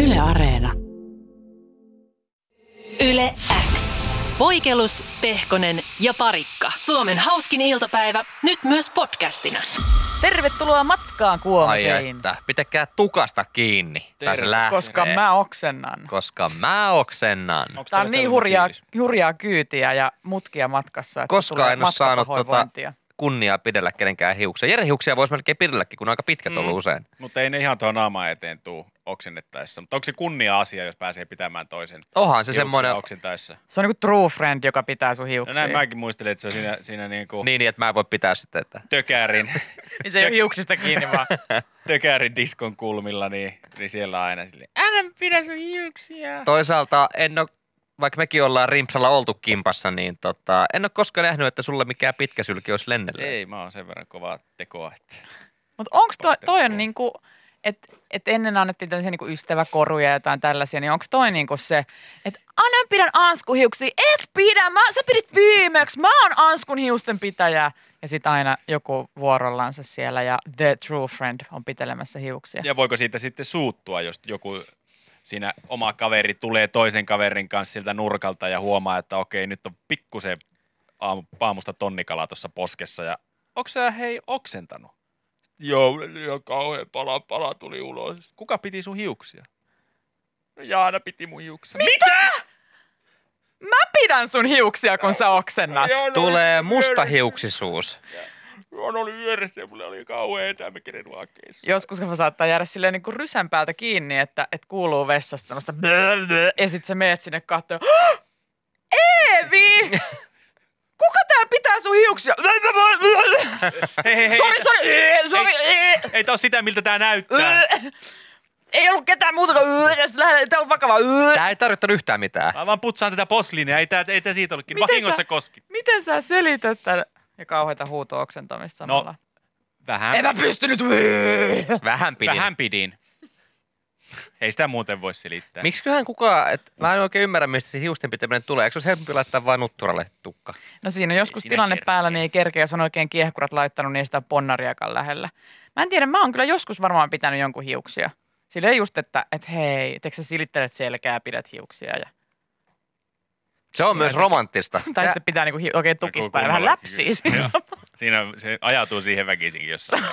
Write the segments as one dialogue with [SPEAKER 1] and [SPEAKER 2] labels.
[SPEAKER 1] Yle Areena.
[SPEAKER 2] Yle X. Voikelus, Pehkonen ja Parikka. Suomen hauskin iltapäivä, nyt myös podcastina.
[SPEAKER 3] Tervetuloa matkaan
[SPEAKER 4] Ai
[SPEAKER 3] Kuopioon,
[SPEAKER 4] että, pitäkää tukasta kiinni. Tai se lähtee.
[SPEAKER 3] koska mä oksennan.
[SPEAKER 4] Koska mä oksennan.
[SPEAKER 5] Onks
[SPEAKER 3] Tää on
[SPEAKER 5] teillä
[SPEAKER 3] niin
[SPEAKER 5] sellainen
[SPEAKER 3] hurjaa,
[SPEAKER 5] fiilis?
[SPEAKER 3] hurjaa kyytiä ja mutkia matkassa, että
[SPEAKER 4] Koska
[SPEAKER 3] tulee
[SPEAKER 4] en ole saanut tota
[SPEAKER 3] matkapahvoinvointia.
[SPEAKER 4] kunniaa pidellä kenenkään hiuksia. Jere hiuksia voisi melkein pidelläkin, kun on aika pitkät
[SPEAKER 5] Mm.
[SPEAKER 4] ollut usein.
[SPEAKER 5] Mutta ei ne ihan tuohon naamaa eteen tuu oksennettaessa. Mutta onko se kunnia-asia, jos pääsee pitämään toisen
[SPEAKER 4] Onhan se
[SPEAKER 5] hiuksen
[SPEAKER 4] semmoinen,
[SPEAKER 5] oksentaessa?
[SPEAKER 3] Se on niinku true friend, joka pitää sun
[SPEAKER 5] No
[SPEAKER 3] hiuksia.
[SPEAKER 5] näin mäkin muistelin, että se on siinä, siinä niinku niin.
[SPEAKER 4] niin, niin, että mä en voi pitää sitä. Että.
[SPEAKER 5] tökärin,
[SPEAKER 3] Niin se ei ole hiuksista kiinni vaan.
[SPEAKER 5] tökärin diskon kulmilla, niin, niin siellä on aina silleen.
[SPEAKER 3] Älä pidä sun hiuksia.
[SPEAKER 4] Toisaalta en ole, vaikka mekin ollaan rimpsalla oltu kimpassa, niin tota, en ole koskaan nähnyt, että sulle mikään pitkä sylki olisi lennellä.
[SPEAKER 5] Ei, mä oon sen verran kovaa tekoa. Että.
[SPEAKER 3] Mutta onko toi, toi on niinku, että et ennen annettiin tämmöisiä niinku ystäväkoruja ja jotain tällaisia, niin onko toi niinku se, että aina mä pidän anskuhiuksia, et pidä, mä, sä pidit viimeksi, mä oon anskun hiusten pitäjä. Ja sitten aina joku vuorollansa siellä ja the true friend on pitelemässä hiuksia.
[SPEAKER 5] Ja voiko siitä sitten suuttua, jos joku siinä oma kaveri tulee toisen kaverin kanssa siltä nurkalta ja huomaa, että okei, nyt on pikkusen aamu, aamusta tonnikala tuossa poskessa ja onko sä hei oksentanut? Joo, ja kauhean pala, pala tuli ulos. Kuka piti sun hiuksia? No Jaana piti mun hiuksia.
[SPEAKER 3] Mä pidän sun hiuksia, kun sä oksennat.
[SPEAKER 4] Tulee mustahiuksisuus.
[SPEAKER 5] Jaana oli vieressä ja mulla oli kauhean tämmöinen vaakkeissa.
[SPEAKER 3] Joskus vaan saattaa jäädä silleen niin kuin rysän päältä kiinni, että, että kuuluu vessasta semmoista blö, blö, ja sit sä meet sinne kattoo. Eevi! Kuka tää pitää sun hiuksia?
[SPEAKER 5] Hei, hei, hei.
[SPEAKER 3] Sori, sori, ee, sori. ee,
[SPEAKER 5] Ei tää oo sitä, miltä tää näyttää.
[SPEAKER 3] ee. Ei ollut ketään muuta kuin ee, ja sit lähellä, tää on vakava. ee.
[SPEAKER 4] Tämä ei tarkoittanut yhtään mitään.
[SPEAKER 5] Mä vaan putsaan tätä posliinia, ei tää, ei tää siitä ollutkin.
[SPEAKER 3] Miten
[SPEAKER 5] Vahingossa
[SPEAKER 3] sä-
[SPEAKER 5] koski.
[SPEAKER 3] Miten sä selität tän? Ja kauheita huuto-oksentamista
[SPEAKER 5] No,
[SPEAKER 3] samalla.
[SPEAKER 5] Vähän.
[SPEAKER 3] en mä pystynyt. ee.
[SPEAKER 4] Vähän pidin.
[SPEAKER 5] Vähän pidin. Ei sitä muuten voi selittää.
[SPEAKER 4] Miksiköhän kukaan, et, mä en oikein ymmärrä, mistä se hiusten pitäminen tulee. Eikö se olisi helpompi laittaa vain nutturalle tukka?
[SPEAKER 3] No siinä on joskus
[SPEAKER 5] siinä
[SPEAKER 3] tilanne
[SPEAKER 5] kerkeä.
[SPEAKER 3] päällä, niin ei kerkeä, jos on oikein kiehkurat laittanut, niin ei sitä ole ponnariakaan lähellä. Mä en tiedä, mä oon kyllä joskus varmaan pitänyt jonkun hiuksia. Silleen just, että et hei, teikö sä silittelet selkää ja pidät hiuksia. Ja,
[SPEAKER 4] Se on myös romanttista.
[SPEAKER 3] tai
[SPEAKER 4] Ja-
[SPEAKER 3] sitten pitää niinku hi- oikein tukistaa ja vähän
[SPEAKER 5] kummalla-
[SPEAKER 3] läpsiä. siinä
[SPEAKER 5] Joo.
[SPEAKER 3] samalla.
[SPEAKER 5] Siinä se ajatuu siihen väkisinkin jossain.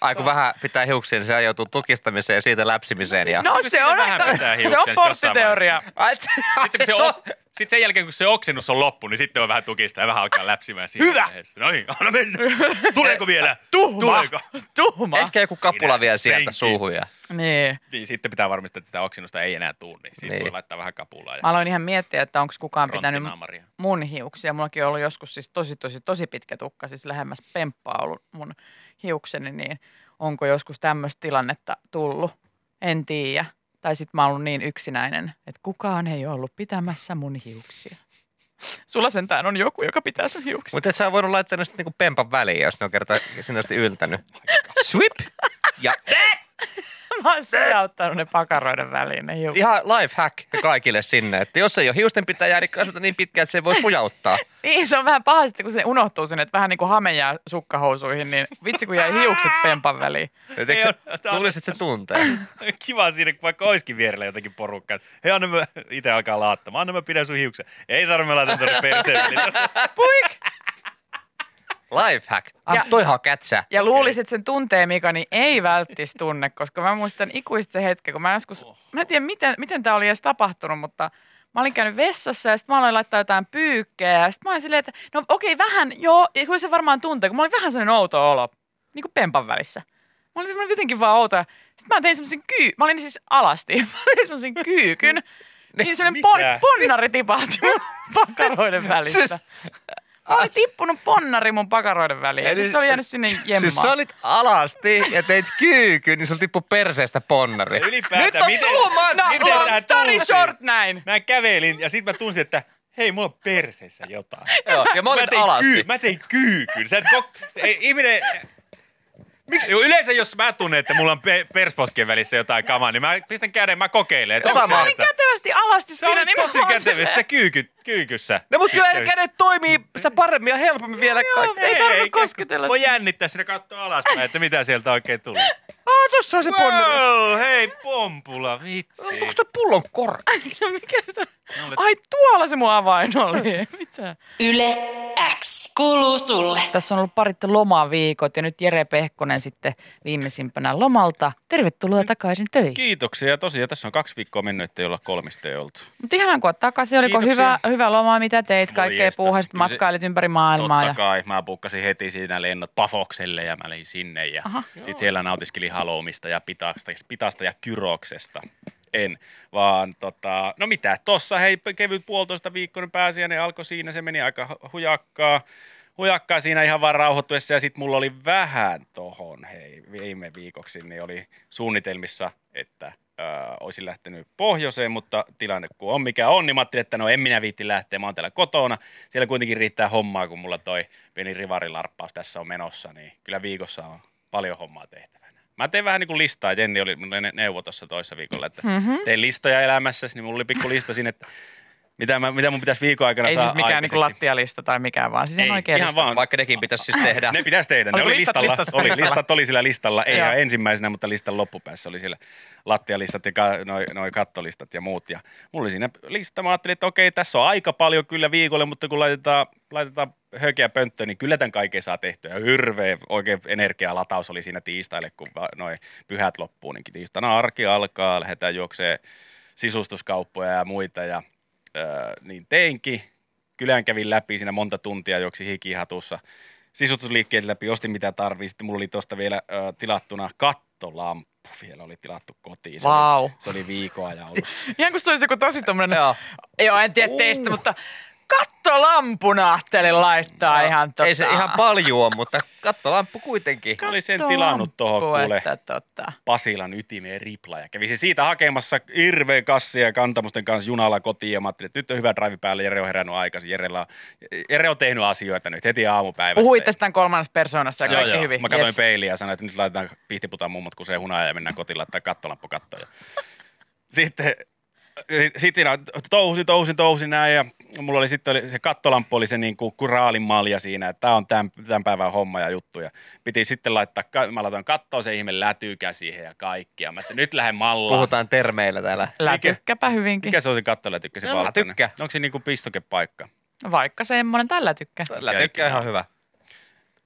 [SPEAKER 4] Ai kun vähän pitää hiuksia, niin se ajautuu tukistamiseen ja siitä läpsimiseen. Ja...
[SPEAKER 3] No
[SPEAKER 5] Kyllä
[SPEAKER 3] se
[SPEAKER 5] siinä
[SPEAKER 3] on,
[SPEAKER 5] vähän
[SPEAKER 3] aika,
[SPEAKER 5] pitää
[SPEAKER 3] se
[SPEAKER 5] hiuksia
[SPEAKER 3] on
[SPEAKER 5] sitten jossain
[SPEAKER 3] porttiteoria.
[SPEAKER 4] Ai, se,
[SPEAKER 5] Sitten, kun se
[SPEAKER 4] on...
[SPEAKER 5] o- sit sen jälkeen, kun se oksennus on loppu, niin sitten on vähän tukista ja vähän alkaa läpsimään siinä
[SPEAKER 3] Hyvä!
[SPEAKER 5] vaiheessa. No niin, anna mennä. Tuleeko vielä?
[SPEAKER 3] Tuhma,
[SPEAKER 5] Tuleeko?
[SPEAKER 3] tuhma.
[SPEAKER 4] Ehkä joku kapula
[SPEAKER 5] Sinä
[SPEAKER 4] vielä sieltä
[SPEAKER 5] senkin.
[SPEAKER 4] suuhun. Ja...
[SPEAKER 3] Niin.
[SPEAKER 5] Niin, sitten pitää varmistaa, että sitä oksennusta ei enää tuu, niin siitä
[SPEAKER 4] Niin.
[SPEAKER 5] voi laittaa vähän kapulaa ja
[SPEAKER 3] Mä aloin ihan miettiä, että onko kukaan pitänyt
[SPEAKER 5] rontinaamaria.
[SPEAKER 3] mun hiuksia. Mullakin on ollut joskus siis tosi, tosi, tosi pitkä tukka, siis lähemmäs pemppaa ollut mun hiukseni, niin onko joskus tämmöistä tilannetta tullut? En tiedä. Tai sitten mä oon ollut niin yksinäinen, että kukaan ei ole ollut pitämässä mun hiuksia. Sulla sentään on joku, joka pitää sun hiuksia.
[SPEAKER 4] Mutta et sä voinut laittaa ne sitten niinku pempan väliin, jos ne on kerta sinne asti yltänyt. Swip! Ja
[SPEAKER 3] Mä oon sujauttanut ne pakaroiden väliin ne hiukset.
[SPEAKER 4] ihan life hack kaikille sinne, että jos ei ole hiusten pitäjää, niin kasvata niin pitkään, että se ei voi sujauttaa.
[SPEAKER 3] Niin, se on vähän paha sitten, kun se unohtuu sinne, että vähän niin kuin hame jää sukkahousuihin, niin vitsi kun jäi hiukset pempan väliin.
[SPEAKER 4] Et eikö se, luulisi, että se tuntee.
[SPEAKER 5] Kiva siinä, kun vaikka olisikin vierellä jotakin porukkaa. että Hei, anna mä, itse alkaa laattamaan, anna mä pidän sun hiuksen. Ei tarvitse laittaa tuonne perseen. väliin.
[SPEAKER 3] Puik!
[SPEAKER 4] Life hack. Ah,
[SPEAKER 3] Ja-
[SPEAKER 4] toihan on kätsä.
[SPEAKER 3] Ja luulisin, että sen tuntee Mika, niin ei välttis tunne, koska mä muistan ikuisesti se hetki, kun mä joskus, mä en tiedä miten, miten tämä oli edes tapahtunut, mutta mä olin käynyt vessassa ja sitten mä aloin laittaa jotain pyykkää ja sitten mä olin silleen, että no okei vähän, joo, ja kyllä se varmaan tuntee, kun mä olin vähän sellainen outo olo, niin kuin pempan välissä. Mä olin, mä olin jotenkin vaan outo. Sitten mä tein semmoisen kyy, mä olin siis alasti, mä tein semmoisen kyykyn, niin semmoinen
[SPEAKER 5] mitä?
[SPEAKER 3] pon, ponnari tipahti mun pakaroiden välistä. Mä oli tippunut ponnari mun pakaroiden väliin ja
[SPEAKER 4] Eli-
[SPEAKER 3] sitten se oli jäänyt sinne jemmaan.
[SPEAKER 4] Siis sä olit alasti ja teit kyykyn, niin sulla tippui perseestä ponnari.
[SPEAKER 5] Ylipäätään,
[SPEAKER 4] Nyt on
[SPEAKER 5] miten-
[SPEAKER 4] tuomaan!
[SPEAKER 3] No,
[SPEAKER 5] Miten
[SPEAKER 3] long
[SPEAKER 5] tää
[SPEAKER 3] story
[SPEAKER 5] tultiin?
[SPEAKER 3] short näin.
[SPEAKER 5] Mä kävelin ja sitten mä tunsin, että hei, mulla on perseessä jotain.
[SPEAKER 4] Joo, ja mä olin
[SPEAKER 5] tein,
[SPEAKER 4] alasti.
[SPEAKER 5] mä tein kyykyn. Sä et kok- ei, ihminen, Miksi? Yleensä jos mä tunnen, että mulla on pe- persposkien välissä jotain kamaa, niin mä pistän käden, mä kokeilen. Että onko
[SPEAKER 4] Sama.
[SPEAKER 5] se,
[SPEAKER 3] Niin
[SPEAKER 5] että...
[SPEAKER 3] kätevästi alasti
[SPEAKER 5] se on
[SPEAKER 3] siinä.
[SPEAKER 5] tosi
[SPEAKER 3] nimenomaan
[SPEAKER 5] kätevistä, se
[SPEAKER 3] silleen.
[SPEAKER 5] kyyky, kyykyssä.
[SPEAKER 4] No mut kyllä ne
[SPEAKER 5] Kyy-
[SPEAKER 4] kädet toimii sitä paremmin ja helpommin vielä. kaikki.
[SPEAKER 3] Ei tarvitse
[SPEAKER 5] käy.
[SPEAKER 3] kosketella
[SPEAKER 5] Voi
[SPEAKER 3] sitä.
[SPEAKER 5] jännittää sinne katsoa alaspäin, että mitä sieltä oikein tuli.
[SPEAKER 4] Ah, tossa on se ponneri.
[SPEAKER 5] Wow, hei pompula, vitsi.
[SPEAKER 4] Onko se pullon korkki?
[SPEAKER 3] Ai tuolla se mun avain oli. Mitä?
[SPEAKER 2] Yle X kuuluu sulle.
[SPEAKER 3] Tässä on ollut parit lomaviikot ja nyt Jere Pehkonen sitten viimeisimpänä lomalta. Tervetuloa takaisin töihin.
[SPEAKER 5] Kiitoksia. Tosiaan tässä on kaksi viikkoa mennyt, ettei olla kolmista ei oltu.
[SPEAKER 3] Mutta ihanan kun oot takaisin. Oliko hyvä,
[SPEAKER 5] Kiitoksia.
[SPEAKER 3] hyvä loma, mitä teit?
[SPEAKER 5] Voi
[SPEAKER 3] Kaikkea
[SPEAKER 5] No jestas,
[SPEAKER 3] puuhasit,
[SPEAKER 5] kyllä se-
[SPEAKER 3] matkailit ympäri maailmaa.
[SPEAKER 5] Totta kai. Mä pukkasin heti siinä lennot Pafokselle ja mä olin sinne. Ja
[SPEAKER 3] Aha.
[SPEAKER 5] sit siellä nautiskelin haloumista ja pitasta, pitasta ja kyroksesta. En, vaan tota, no mitä, tossa hei kevyt puolitoista viikkoa niin pääsiäinen alkoi siinä, se meni aika hu- hujakkaa. Hujakkaa siinä ihan vaan rauhoittuessa ja sit mulla oli vähän tohon hei viime viikoksi, niin oli suunnitelmissa, että ää, Äh, olisin lähtenyt pohjoiseen, mutta tilanne kun on mikä on, niin mä ajattelin, että no en minä viitti lähteä, mä oon täällä kotona. Siellä kuitenkin riittää hommaa, kun mulla toi pieni rivarilarppaus tässä on menossa, niin kyllä viikossa on paljon hommaa tehtävänä. Mä tein vähän niin kuin listaa, Jenni oli mun ne- neuvo tuossa toissa viikolla, että
[SPEAKER 3] Mhm.
[SPEAKER 5] tein listoja elämässäsi, niin mulla oli pikku lista siinä, että mitä, mä, mitä mun pitäisi viikon aikana
[SPEAKER 3] Ei
[SPEAKER 5] saada
[SPEAKER 3] siis mikään niin
[SPEAKER 5] aikaiseksi.
[SPEAKER 3] lattialista tai mikään, vaan siis
[SPEAKER 5] Ei,
[SPEAKER 3] ihan oikea
[SPEAKER 5] ihan
[SPEAKER 3] lista.
[SPEAKER 5] vaan.
[SPEAKER 4] Vaikka nekin pitäisi siis tehdä.
[SPEAKER 5] Ne pitäisi tehdä. Ne
[SPEAKER 3] Oliko
[SPEAKER 5] oli
[SPEAKER 3] listat
[SPEAKER 5] listalla.
[SPEAKER 3] listassa?
[SPEAKER 5] oli,
[SPEAKER 3] Listalla.
[SPEAKER 5] listat oli sillä listalla. Ei
[SPEAKER 3] Joo.
[SPEAKER 5] ihan ensimmäisenä, mutta listan loppupäässä oli siellä lattialistat ja ka- noi, noi kattolistat ja muut. Ja mulla oli siinä lista. Mä ajattelin, että okei, tässä on aika paljon kyllä viikolle, mutta kun laitetaan, laitetaan hökeä pönttöön, niin kyllä tämän kaiken saa tehtyä. Ja Hirveä oikein energialataus oli siinä tiistaille, kun va- noi pyhät loppuu. Niin tiistaina arki alkaa, lähdetään juokseen sisustuskauppoja ja muita. Ja, öö, niin teinkin. Kylän kävin läpi siinä monta tuntia juoksi hikihatussa sisustusliikkeet läpi, ostin mitä tarvii. Sitten mulla oli tuosta vielä ö, tilattuna kattolamppu, vielä oli tilattu kotiin. Se,
[SPEAKER 3] Vau.
[SPEAKER 5] oli, se oli viikon ajan ollut.
[SPEAKER 3] Ihan kuin se olisi joku tosi tommonen,
[SPEAKER 4] Joo.
[SPEAKER 3] joo en tiedä teistä, mutta kattolampuna ajattelin laittaa ihan tota.
[SPEAKER 4] Ei se ihan paljon ole, mutta kattolamppu kuitenkin.
[SPEAKER 5] Mä olin sen tilannut tuohon
[SPEAKER 3] Kattolamppu,
[SPEAKER 5] kuule
[SPEAKER 3] Että, tota.
[SPEAKER 5] Pasilan ytimeen ripla ja kävisin siitä hakemassa hirveän kassia ja kantamusten kanssa junalla kotiin ja mä ajattelin, että nyt on hyvä drive päällä, Jere on herännyt aikaisin, Jerellä on, Jere on tehnyt asioita nyt heti aamupäivästä.
[SPEAKER 3] Puhuit tästä tämän kolmannessa persoonassa ja
[SPEAKER 5] Joo,
[SPEAKER 3] kaikki
[SPEAKER 5] joo.
[SPEAKER 3] hyvin.
[SPEAKER 5] Mä katsoin
[SPEAKER 3] Yes.
[SPEAKER 5] peiliä ja sanoin, että nyt laitetaan pihtiputaan mummot kuseen hunajaa ja mennään kotiin laittaa kattolappu kattoon. Ja sitten sitten siinä touhusin, touhusin, touhusin näin ja mulla oli sitten oli, se kattolamppu oli se niin kuin kuraalin malja siinä, että tämä on tämän, tämän, päivän homma ja juttu. Ja piti sitten laittaa, ka- mä laitoin kattoon se ihme lätyykä siihen ja kaikkia. Mä että nyt lähden mallaan.
[SPEAKER 4] Puhutaan termeillä täällä.
[SPEAKER 3] Lätykkäpä hyvinkin.
[SPEAKER 5] Mikä se on se kattolätykkä? Se
[SPEAKER 4] No,
[SPEAKER 5] valkoinen?
[SPEAKER 4] lätykkä.
[SPEAKER 5] Onko se niin kuin pistokepaikka?
[SPEAKER 3] Vaikka semmonen, tällä lätykkä.
[SPEAKER 4] Tällä tykkää ihan hyvä.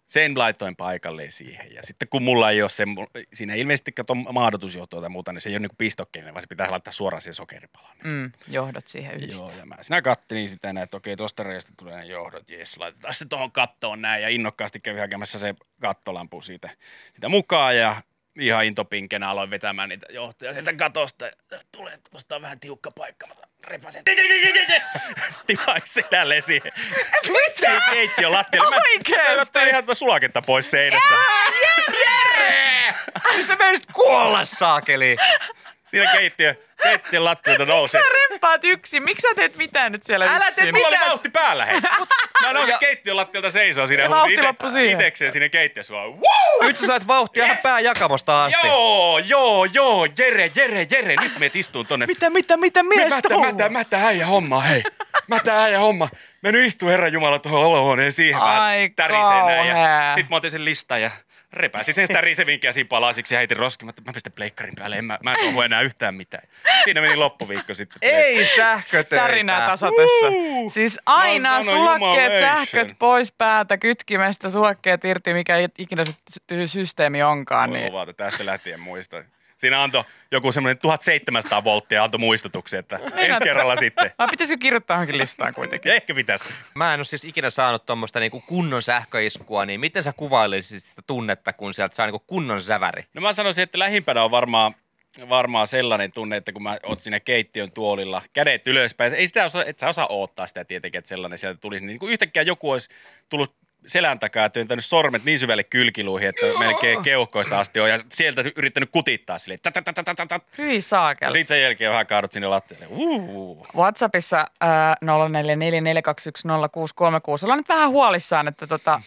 [SPEAKER 5] sen laitoin paikalle siihen. Ja sitten kun mulla ei ole se, siinä ei ilmeisesti kato mahdotusjohtoa tai muuta, niin se ei ole niin pistokkeinen, vaan se pitää laittaa suoraan siihen sokeripalaan.
[SPEAKER 3] Mm, johdot siihen yhdistää.
[SPEAKER 5] Joo, ja mä sinä kattelin sitä näin, että okei, tosta reiästä tulee ne johdot, jes, laitetaan se tuohon kattoon näin, ja innokkaasti kävin hakemassa se kattolampu siitä, sitä mukaan, ja ihan intopinkkenä aloin vetämään niitä johtoja sieltä katosta. ja Tulee tuosta on vähän tiukka paikka, mä repäsen. Tipain selälleen siihen. Mitä? Siihen keittiön lattialle. Mä-
[SPEAKER 3] Oikeesti?
[SPEAKER 5] Mä otan ihan tuota sulaketta pois seinästä.
[SPEAKER 4] Niin se meni kuolla saakeli.
[SPEAKER 5] Siinä keittiö, keittiön lattialta nousi.
[SPEAKER 3] Sä rempaat yksin. Miksi sä teet mitään nyt siellä
[SPEAKER 4] Älä tee
[SPEAKER 3] yksin?
[SPEAKER 4] mitään.
[SPEAKER 5] Niin Mulla oli
[SPEAKER 4] Mitäs?
[SPEAKER 5] vauhti päällä, hei. Mä nousin
[SPEAKER 4] Ja-
[SPEAKER 5] keittiön lattialta seisoo siinä.
[SPEAKER 3] Ja
[SPEAKER 5] ja
[SPEAKER 3] vauhti
[SPEAKER 5] huusin ite-
[SPEAKER 3] loppui siihen.
[SPEAKER 5] Itekseen siinä keittiössä vaan. Wow!
[SPEAKER 4] Nyt sä sait vauhtia ihan pääjakamosta asti.
[SPEAKER 5] Joo, joo, joo, Jere, Jere, Jere. Nyt meet istuu tonne.
[SPEAKER 3] Mitä, mitä, mitä mies
[SPEAKER 5] Mätä,
[SPEAKER 3] touhuu?
[SPEAKER 5] mätä, mätä äijä homma, hei. Mätä äijä homma. Mä nyt istuu Herran Jumala tuohon olohuoneen siihen
[SPEAKER 3] Ai
[SPEAKER 5] vähän täriseen näin.
[SPEAKER 3] kauhea.
[SPEAKER 5] Ja sit mä otin sen listan ja repäsin sen tärisevinkin ja siinä palasiksi ja heitin roskin. Mä, että mä pistän pleikkarin päälle, en mä, mä en touhu enää yhtään mitään. Siinä meni loppuviikko sitten.
[SPEAKER 4] Ei sähkötöitä.
[SPEAKER 3] Tärinää tasatessa. Siis aina
[SPEAKER 5] sanon,
[SPEAKER 3] sulakkeet,
[SPEAKER 5] jumaleisen.
[SPEAKER 3] sähköt pois päältä, kytkimestä, sulakkeet irti, mikä ikinä se sy- systeemi onkaan.
[SPEAKER 5] Voi
[SPEAKER 3] Niin.
[SPEAKER 5] luvata, tästä lähtien muista. Siinä antoi joku semmoinen 1700 volttia antoi muistutuksen, että ensi kerralla sitten.
[SPEAKER 3] Vai Niin pitäisikö kirjoittaa johonkin listaan kuitenkin?
[SPEAKER 5] Ehkä pitäisi.
[SPEAKER 4] Mä en ole siis ikinä saanut tuommoista niinku kunnon sähköiskua, niin miten sä kuvailisit sitä tunnetta, kun sieltä saa niinku kunnon säväri?
[SPEAKER 5] No mä sanoisin, että lähimpänä on varmaan varmaan sellainen tunne, että kun mä oot siinä keittiön tuolilla, kädet ylöspäin, ei sitä osaa, et sä osaa odottaa sitä tietenkin, että sellainen sieltä tulisi, niin kun yhtäkkiä joku olisi tullut selän takaa ja työntänyt sormet niin syvälle kylkiluihin, että melkein keuhkoissa asti on, ja sieltä yrittänyt kutittaa silleen, tat, tat, tat, tat, tat.
[SPEAKER 3] Hyi
[SPEAKER 5] ja
[SPEAKER 3] saakeli.
[SPEAKER 5] sitten sen jälkeen vähän kaadut sinne lattialle. Uuu.
[SPEAKER 3] WhatsAppissa äh, 0444210636 ollaan nyt vähän huolissaan, että tota,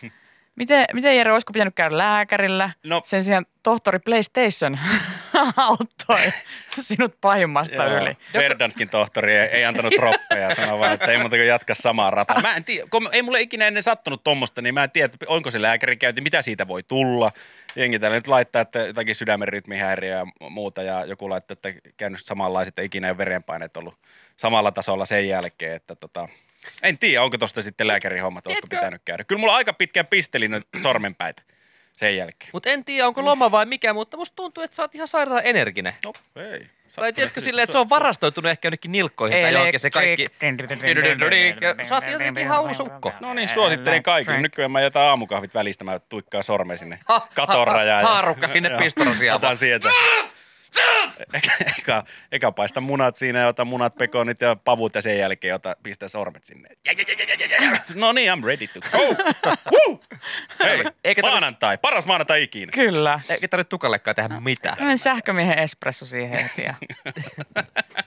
[SPEAKER 3] Miten, miten Jere, olisiko pitänyt käydä lääkärillä?
[SPEAKER 5] No-
[SPEAKER 3] Sen sijaan tohtori PlayStation auttoi sinut pahimmasta
[SPEAKER 5] Joo.
[SPEAKER 3] yli.
[SPEAKER 5] Verdanskin tohtori ei, ei antanut roppeja, sanoi vaan, että ei muuta kuin jatka samaa rataa. Mä en tiedä, kun ei mulle ikinä ennen sattunut tuommoista, niin mä en tiedä, että onko se lääkärikäynti, mitä siitä voi tulla. Jengi täällä nyt laittaa, että jotakin sydämen rytmihäiriöä ja muuta, ja joku laittaa, että käynyt samanlaiset, että ikinä ei ole verenpaineet ollut samalla tasolla sen jälkeen, että tota, en tiedä, onko tuosta sitten lääkärihommat, olisiko pitänyt käydä. Kyllä mulla aika pitkään pisteli noita sormenpäitä sen jälkeen.
[SPEAKER 4] Mutta en tiedä, onko loma vai mikä, mutta musta tuntuu, että sä oot ihan sairaan energinen.
[SPEAKER 5] No, ei.
[SPEAKER 4] Tai tiedätkö silleen, että se on varastoitunut ehkä jonnekin nilkkoihin tai johonkin se kaikki. Sä oot jotenkin ihan uusi ukko.
[SPEAKER 5] No niin, suosittelen kaikille. Nykyään mä jätän aamukahvit välistä, mä tuikkaan sormen sinne katorajaan. ja-
[SPEAKER 4] Haarukka sinne
[SPEAKER 5] Joo.
[SPEAKER 4] pistorasiaan.
[SPEAKER 5] Otan sieltä. Eka, eka paista munat siinä ja ota munat, pekonit ja pavut ja sen jälkeen ota, pistä sormet sinne. Jä, jä, jä, jä, jä, jä. No niin, I'm ready to go. Woo! Hei,
[SPEAKER 4] Eikä tarvi-
[SPEAKER 5] maanantai. Paras maanantai ikinä.
[SPEAKER 3] Kyllä.
[SPEAKER 4] Eikä tarvitse tukallekaan tehdä mitään.
[SPEAKER 3] Tällainen sähkömiehen espresso siihen heti ja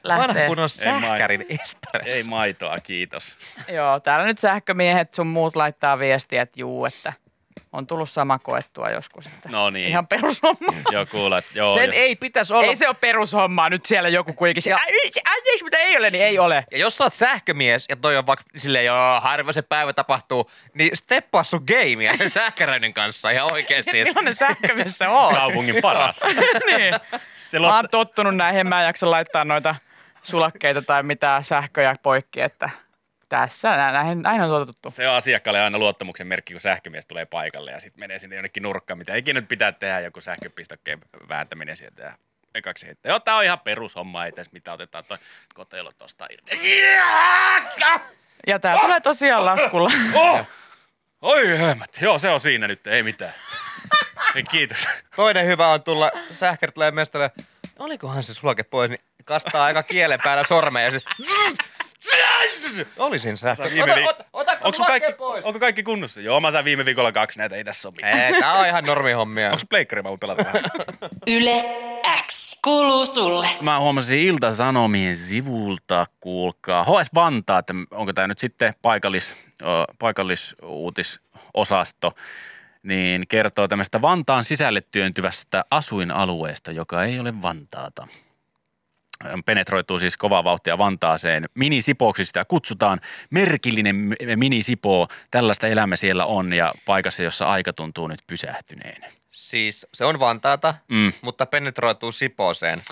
[SPEAKER 4] Vanha
[SPEAKER 3] lähtee.
[SPEAKER 4] kun on
[SPEAKER 5] Ei mai-
[SPEAKER 4] sähkärin espresso.
[SPEAKER 5] Ei maitoa, kiitos.
[SPEAKER 3] Joo, täällä nyt sähkömiehet sun muut laittaa viestiä, että juu, että on tullut sama koettua joskus. Että
[SPEAKER 5] No niin.
[SPEAKER 3] Ihan perushomma.
[SPEAKER 5] Joo, kuulet. Joo,
[SPEAKER 4] Sen
[SPEAKER 5] joo.
[SPEAKER 4] ei pitäisi olla.
[SPEAKER 3] Ei se ole perushommaa nyt siellä joku kuikin.
[SPEAKER 4] Ja-
[SPEAKER 3] Ja... Anteeksi, mitä ei ole, niin ei ole.
[SPEAKER 4] Ja jos sä oot sähkömies ja toi on vaikka silleen, joo, harvoin se päivä tapahtuu, niin steppaa sun gameä sen sähkäröiden kanssa ihan oikeesti.
[SPEAKER 3] Ja millainen sähkömies sä oot?
[SPEAKER 5] Kaupungin paras.
[SPEAKER 3] niin.
[SPEAKER 5] Se
[SPEAKER 3] Mä
[SPEAKER 5] lot...
[SPEAKER 3] oon tottunut näihin, mä en jaksa laittaa noita sulakkeita tai mitään sähköjä poikki, että tässä nä- näihin, näihin on totuttu.
[SPEAKER 5] Se on asiakkaalle aina luottamuksen merkki, kun sähkömies tulee paikalle ja sitten menee sinne jonnekin nurkkaan, mitä ikinä nyt pitää tehdä, joku sähköpistokkeen vääntäminen sieltä ja ekaksi heittää. Joo, tää on ihan perushomma, ei tässä mitään, otetaan toi kotelo tosta irti.
[SPEAKER 3] Ja tää tulee tosiaan laskulla.
[SPEAKER 5] Oh! Oi hömät, joo se on siinä nyt, ei mitään. Ei, Kiitos.
[SPEAKER 4] Toinen hyvä on tulla, sähkäri tulee mestolle, olikohan se sulake pois, niin kastaa aika kielen päällä sormeja ja se... Olisin sähkö.
[SPEAKER 5] viime viik-
[SPEAKER 4] Ota, ota, ota
[SPEAKER 5] Onko sun
[SPEAKER 4] kaikki...
[SPEAKER 5] kaikki,
[SPEAKER 4] pois.
[SPEAKER 5] onko kaikki kunnossa? Joo, mä sain viime viikolla kaksi näitä, ei tässä ole mitään.
[SPEAKER 4] Ei, tää on ihan normihommia.
[SPEAKER 5] Onko pleikkari, mä voin pelata vähän?
[SPEAKER 2] Yle X kuuluu sulle.
[SPEAKER 5] Mä huomasin Ilta-Sanomien sivulta, kuulkaa. HS Vantaa, että onko tämä nyt sitten paikallis, ö, paikallisuutisosasto, niin kertoo tämmöistä Vantaan sisälle työntyvästä asuinalueesta, joka ei ole Vantaata. Ö, Penetroituu siis kovaa vauhtia Vantaaseen. Minisipooksi sitä kutsutaan. Merkillinen m- minisipoo. Tällaista elämä siellä on ja paikassa, jossa aika tuntuu nyt pysähtyneen.
[SPEAKER 4] Siis se on Vantaata,
[SPEAKER 5] Mm.
[SPEAKER 4] mutta penetroituu Sipooseen.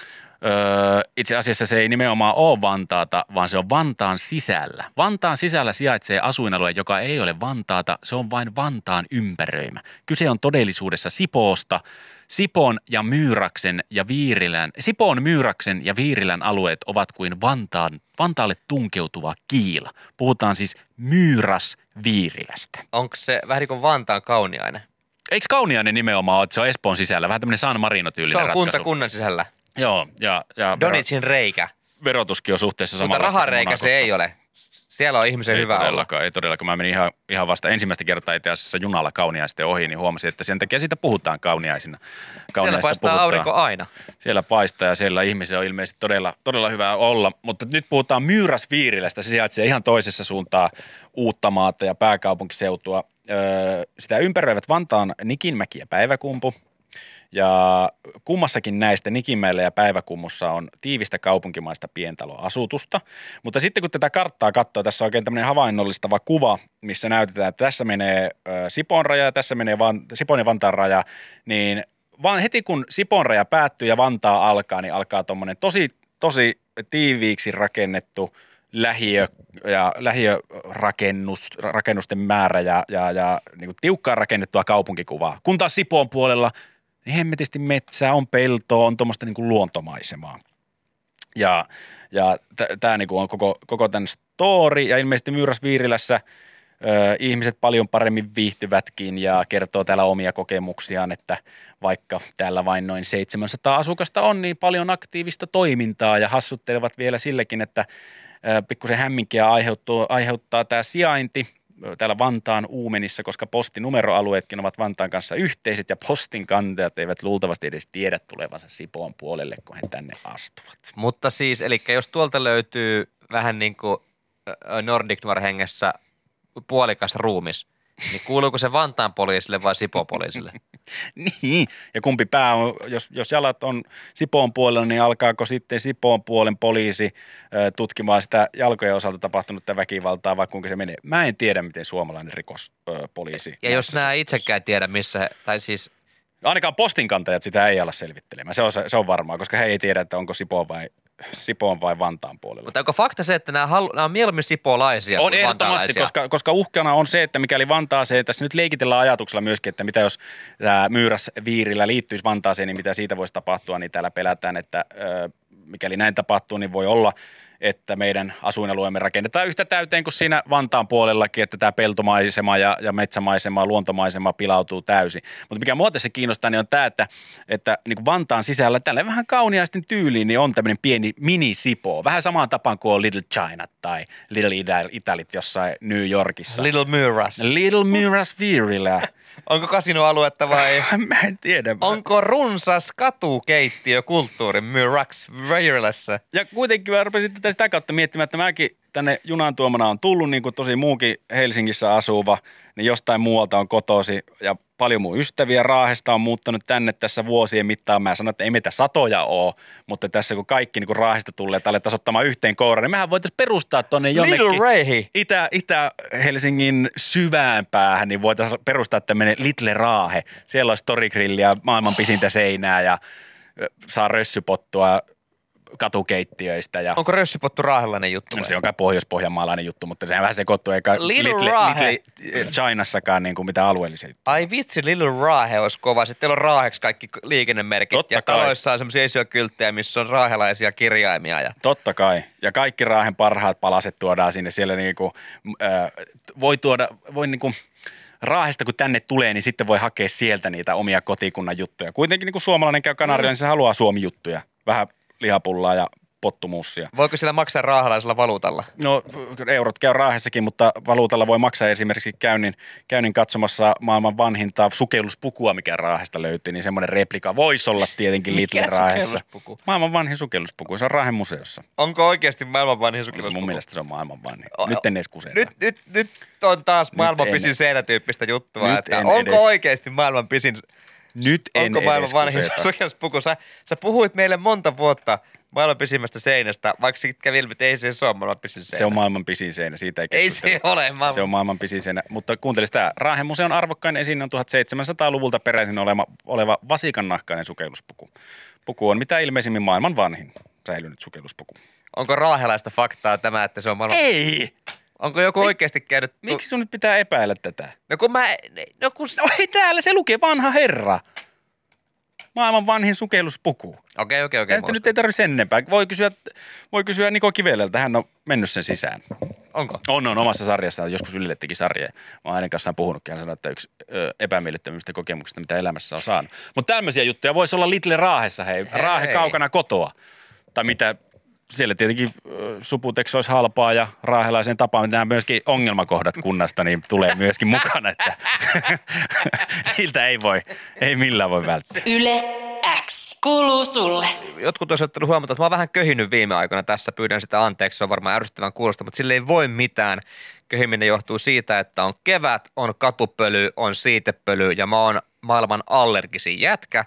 [SPEAKER 5] Öö, itse asiassa se ei nimenomaan ole Vantaata, vaan se on Vantaan sisällä. Vantaan sisällä sijaitsee asuinalue, joka ei ole Vantaata, se on vain Vantaan ympäröimä. Kyse on todellisuudessa Sipoosta, Sipon ja Myyraksen ja Viirilän, Sipon, Myyraksen ja Viirilän alueet ovat kuin Vantaan, Vantaalle tunkeutuva kiila. Puhutaan siis Myyras Viirilästä.
[SPEAKER 4] Onko se vähän niin kuin Vantaan kauniainen?
[SPEAKER 5] Eikö Kauniainen nimenomaan ole, että se on Espoon sisällä? Vähän tämmöinen San Marino-tyylinen
[SPEAKER 4] Se on
[SPEAKER 5] ratkaisu.
[SPEAKER 4] kunta kunnan sisällä.
[SPEAKER 5] Joo, ja, ja vero,
[SPEAKER 4] Donitsin reikä.
[SPEAKER 5] verotuskin on suhteessa
[SPEAKER 4] Mutta
[SPEAKER 5] samanlaista kuin
[SPEAKER 4] rahareikä se
[SPEAKER 5] Monacossa.
[SPEAKER 4] ei ole. Siellä on ihmisen
[SPEAKER 5] ei
[SPEAKER 4] hyvä olla.
[SPEAKER 5] todellakaan, ei todellakaan. Mä menin ihan, ihan vasta ensimmäistä kertaa itse asiassa junalla kauniaisten ohi, niin huomasin, että sen takia siitä puhutaan kauniaisina.
[SPEAKER 4] Siellä
[SPEAKER 5] Kauniaista
[SPEAKER 4] paistaa
[SPEAKER 5] puhutaan.
[SPEAKER 4] aurinko aina.
[SPEAKER 5] Siellä paistaa ja siellä ihmisiä on ilmeisesti todella, todella hyvä olla. Mutta nyt puhutaan Myyrasviirilästä. Se sijaitsee ihan toisessa suuntaa Uuttamaata ja pääkaupunkiseutua. Öö, sitä ympäröivät Vantaan Nikinmäki ja Päiväkumpu. Ja kummassakin näistä Nikimäellä ja Päiväkummussa on tiivistä kaupunkimaista pientaloasutusta. Mutta sitten kun tätä karttaa katsoo, tässä on oikein tämmöinen havainnollistava kuva, missä näytetään, että tässä menee ö, Sipon raja ja tässä menee Van, Sipon ja Vantaan raja, niin vaan heti kun Sipon raja päättyy ja Vantaa alkaa, niin alkaa tuommoinen tosi, tosi tiiviiksi rakennettu lähiö ja lähiörakennus, rakennusten määrä ja, ja, ja niin kuin tiukkaan rakennettua kaupunkikuvaa. Kun taas Sipoon puolella niin hemmetisti metsää, on peltoa, on tuommoista niin kuin luontomaisemaa. Ja, ja tämä niin on koko, koko tämän story ja ilmeisesti Myyräsviirilässä ö, ihmiset paljon paremmin viihtyvätkin ja kertoo täällä omia kokemuksiaan, että vaikka täällä vain noin 700 asukasta on, niin paljon aktiivista toimintaa ja hassuttelevat vielä silläkin, että ö, pikkusen hämminkiä aiheuttuu, aiheuttaa tämä sijainti ö, täällä Vantaan Uumenissa, koska postinumeroalueetkin ovat Vantaan kanssa yhteiset ja postin kantajat eivät luultavasti edes tiedä tulevansa Sipoon puolelle, kun he tänne astuvat.
[SPEAKER 4] Mutta siis, eli jos tuolta löytyy vähän niin kuin ö, ö, Nordic Noir hengessä puolikas ruumis,
[SPEAKER 1] Niin kuuluuko se Vantaan poliisille vai Sipopoliisille?
[SPEAKER 5] Niin, ja kumpi pää on, jos, jos jalat on Sipoon puolella, niin alkaako sitten Sipoon puolen poliisi ö, tutkimaan sitä jalkojen osalta tapahtunutta väkivaltaa, vai kuinka se menee? Mä en tiedä, miten suomalainen rikospoliisi.
[SPEAKER 1] Ja jos nämä itsekään ei tiedä missä, tai siis
[SPEAKER 5] Ainakaan postinkantajat sitä ei ala selvittelemään, se on, se on varmaa, koska he ei tiedä, että onko Sipoon vai, Sipoon vai Vantaan puolella.
[SPEAKER 1] Mutta onko fakta se, että nämä, halu- nämä on mieluummin sipolaisia
[SPEAKER 5] On
[SPEAKER 1] kuin
[SPEAKER 5] ehdottomasti,
[SPEAKER 1] vantaalaisia?
[SPEAKER 5] koska, koska uhkana on se, että mikäli Vantaaseen, tässä nyt leikitellään ajatuksella myöskin, että mitä jos tämä myyräs viirillä liittyisi Vantaaseen, niin mitä siitä voisi tapahtua, niin täällä pelätään, että ö, mikäli näin tapahtuu, niin voi olla, että meidän asuinalueemme rakennetaan yhtä täyteen kuin siinä Vantaan puolellakin, että tämä peltomaisema ja, ja metsämaisema, luontomaisema pilautuu täysin. Mutta mikä mua tässä kiinnostaa, niin on tämä, että, että niin kuin Vantaan sisällä tällä vähän kauniaisten tyyliin niin on tämmöinen pieni minisipo. Vähän samaan tapaan kuin on Little China tai Little Ita- Italit jossain New Yorkissa.
[SPEAKER 4] Little Muras.
[SPEAKER 5] Little Miras Virillä.
[SPEAKER 4] Onko kasinoaluetta vai
[SPEAKER 5] Mä en tiedä.
[SPEAKER 4] onko runsas katukeittiö kulttuuri Murax Virelessä?
[SPEAKER 5] Ja kuitenkin mä rupesin tätä sitä kautta miettimään, että mäkin tänne junan tuomana on tullut, niin kuin tosi muukin Helsingissä asuva, niin jostain muualta on kotosi ja paljon mun ystäviä Raahesta on muuttanut tänne tässä vuosien mittaan. Mä sanon, että ei meitä satoja ole, mutta tässä kun kaikki niin kuin Raahesta tulee, että alettaisiin ottamaan yhteen kouraan, niin mehän voitaisiin perustaa tuonne jonnekin.
[SPEAKER 4] Little Reihi.
[SPEAKER 5] Itä, Itä-Helsingin syvään päähän, niin voitaisiin perustaa tämmöinen Little Raahe. Siellä olisi torigrilliä, maailman pisintä seinää ja ö, saa rössypottua katukeittiöistä. Ja
[SPEAKER 4] Onko rössipottu raahelainen juttu?
[SPEAKER 5] No
[SPEAKER 4] vai?
[SPEAKER 5] se on kai pohjoispohjanmaalainen juttu, mutta se vähän sekoittuu eikä
[SPEAKER 4] Little
[SPEAKER 5] Little,
[SPEAKER 4] Raahe.
[SPEAKER 5] Little, eh, Chinassakaan niin kuin mitä alueellisia.
[SPEAKER 4] Ai vitsi, Little Raahe olisi kova. Sitten teillä on Raaheksi kaikki liikennemerkit.
[SPEAKER 5] Totta
[SPEAKER 4] ja
[SPEAKER 5] kai.
[SPEAKER 4] taloissa on semmoisia isiokylttejä, missä on raahelaisia kirjaimia. Ja...
[SPEAKER 5] Totta kai. Ja kaikki Raahen parhaat palaset tuodaan sinne. Siellä niin kuin, äh, voi tuoda, voi niin kuin, Raahesta kun tänne tulee, niin sitten voi hakea sieltä niitä omia kotikunnan juttuja. Kuitenkin niin kuin suomalainen käy Kanarilla, niin se haluaa Suomi-juttuja. Vähän lihapullaa ja pottumuussia.
[SPEAKER 4] Voiko siellä maksaa raahelaisella valuutalla?
[SPEAKER 5] No eurot käy raahessakin, mutta valuutalla voi maksaa esimerkiksi käynnin, käynnin katsomassa maailman vanhinta sukelluspukua, mikä raahesta löytyy, niin semmoinen replika voisi olla tietenkin Little Raahessa.
[SPEAKER 4] sukelluspuku?
[SPEAKER 5] Maailman vanhin sukelluspuku, se on Raahen museossa.
[SPEAKER 4] Onko oikeasti maailman vanhin sukelluspuku?
[SPEAKER 5] Mun mielestä se on maailman vanhin.
[SPEAKER 4] O-
[SPEAKER 5] Nyt en edes kuseeta.
[SPEAKER 4] Nyt, nyt, nyt on taas maailman
[SPEAKER 5] en.
[SPEAKER 4] pisin seinätyyppistä juttua.
[SPEAKER 5] Nyt
[SPEAKER 4] että
[SPEAKER 5] en
[SPEAKER 4] onko
[SPEAKER 5] edes.
[SPEAKER 4] oikeasti maailman pisin,
[SPEAKER 5] Nyt en
[SPEAKER 4] onko maailman
[SPEAKER 5] edes
[SPEAKER 4] vanhin
[SPEAKER 5] kuseeta.
[SPEAKER 4] sukelluspuku? Sä, sä puhuit meille monta vuotta maailman pisimmästä seinästä, vaikka siitä kävi ilmi, että ei se ole maailman pisin seinä.
[SPEAKER 5] Se on maailman pisin seinä, siitä ei
[SPEAKER 4] ei
[SPEAKER 5] keskustella.
[SPEAKER 4] se ole maailman
[SPEAKER 5] Se on maailman pisin seinä. Mutta kuuntele sitä. Raahen museon arvokkain esine on 1700-luvulta peräisin oleva, oleva vasikannahkainen sukelluspuku. Puku on mitä ilmeisimmin maailman vanhin säilynyt sukelluspuku.
[SPEAKER 4] Onko raahelaista faktaa tämä, että se on maailman...
[SPEAKER 5] Ei!
[SPEAKER 4] Onko joku oikeasti käynyt... tu-
[SPEAKER 5] Miksi sun nyt pitää epäillä tätä?
[SPEAKER 4] No kun mä... No kun...
[SPEAKER 5] No ei täällä, se lukee vanha herra. Maailman vanhin sukelluspuku.
[SPEAKER 4] Okei, okei, okei.
[SPEAKER 5] Tästä nyt ei tarvitse sen enempää. Voi kysyä, voi kysyä Niko Kiveleltä, hän on mennyt sen sisään.
[SPEAKER 4] Onko?
[SPEAKER 5] On, on omassa sarjassaan, joskus yllettikin sarjaa. Mä oon hänen kanssaan puhunutkin, hän sanoi, että yksi ö, epämiellyttävimmistä kokemuksista, mitä elämässä on saanut. Mutta tämmöisiä juttuja voisi olla Little Raahessa, hei.
[SPEAKER 4] Hei.
[SPEAKER 5] Raahe kaukana kotoa. Tai mitä, siellä tietenkin ö, suputeksi olisi halpaa ja raahelaiseen tapaan nämä myöskin ongelmakohdat kunnasta, niin tulee myöskin mukana, että niiltä ei voi, ei millään voi välttää.
[SPEAKER 2] Yle X. Kuuluu sulle.
[SPEAKER 4] Jotkut olisivat ottanut huomata, että mä oon vähän köhinyt viime aikoina tässä. Pyydän sitä anteeksi, se on varmaan ärsyttävän kuulosta, mutta sille ei voi mitään. Köhiminen johtuu siitä, että on kevät, on katupöly, on siitepöly ja mä oon maailman allergisin jätkä.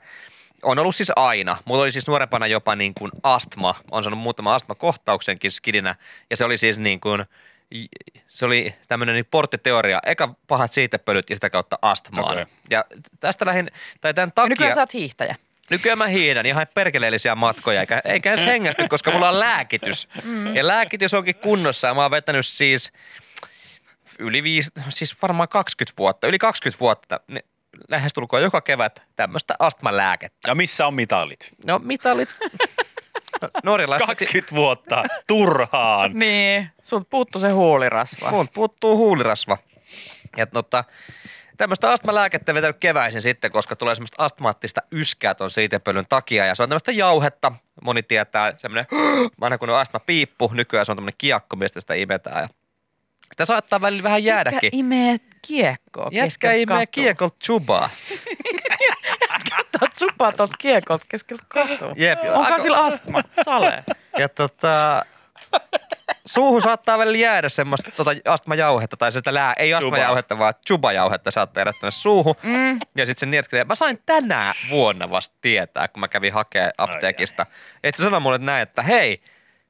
[SPEAKER 4] On ollut siis aina. Mulla oli siis nuorempana jopa niin kuin astma. On saanut muutama astmakohtauksenkin skidinä. Ja se oli siis niin kuin, se oli tämmöinen niin porttiteoria. Eka pahat siitepölyt ja sitä kautta astmaan.
[SPEAKER 5] Okei.
[SPEAKER 4] Ja tästä lähin, tai tämän
[SPEAKER 3] Ja
[SPEAKER 4] takia...
[SPEAKER 3] nykyään sä oot hiihtäjä.
[SPEAKER 4] Nykyään mä hiidän ihan perkeleellisiä matkoja, eikä, eikä edes hengästy, koska mulla on lääkitys. Ja lääkitys onkin kunnossa ja mä oon vetänyt siis yli viisi, siis varmaan 20 vuotta, yli 20 vuotta, niin lähestulkoon joka kevät tämmöistä astmalääkettä.
[SPEAKER 5] Ja missä on mitalit?
[SPEAKER 4] No mitalit. Norjalaiset.
[SPEAKER 5] 20 vuotta turhaan.
[SPEAKER 3] Niin, sulta puuttu se huulirasva.
[SPEAKER 4] Mun puuttuu huulirasva. Ja tota, tämmöistä astmalääkettä vetänyt keväisin sitten, koska tulee semmoista astmaattista yskää ton siitepölyn takia. Ja se on tämmöistä jauhetta. Moni tietää semmoinen, aina kun on astma piippu, nykyään se on tämmöinen kiekko, mistä sitä imetään. Ja sitä saattaa välillä vähän
[SPEAKER 3] Jätkä
[SPEAKER 4] jäädäkin.
[SPEAKER 3] imee kiekkoa
[SPEAKER 4] Jätkä
[SPEAKER 3] keskeltä
[SPEAKER 4] imee
[SPEAKER 3] katua.
[SPEAKER 4] kiekolta chubaa.
[SPEAKER 3] Jätkä supaa tuolta kiekolta keskeltä katua.
[SPEAKER 4] Jep,
[SPEAKER 3] Onko
[SPEAKER 4] aika-
[SPEAKER 3] sillä astma? Sale.
[SPEAKER 4] Ja tota, suuhun saattaa välillä jäädä semmoista tota astmajauhetta tai sitä lää, ei astmajauhetta, vaan chubajauhetta saattaa jäädä tuonne suuhun. Mm. Ja sitten se nietkelee. Mä sain tänä vuonna vasta tietää, kun mä kävin hakemaan apteekista. Että sanoi mulle näin, että hei,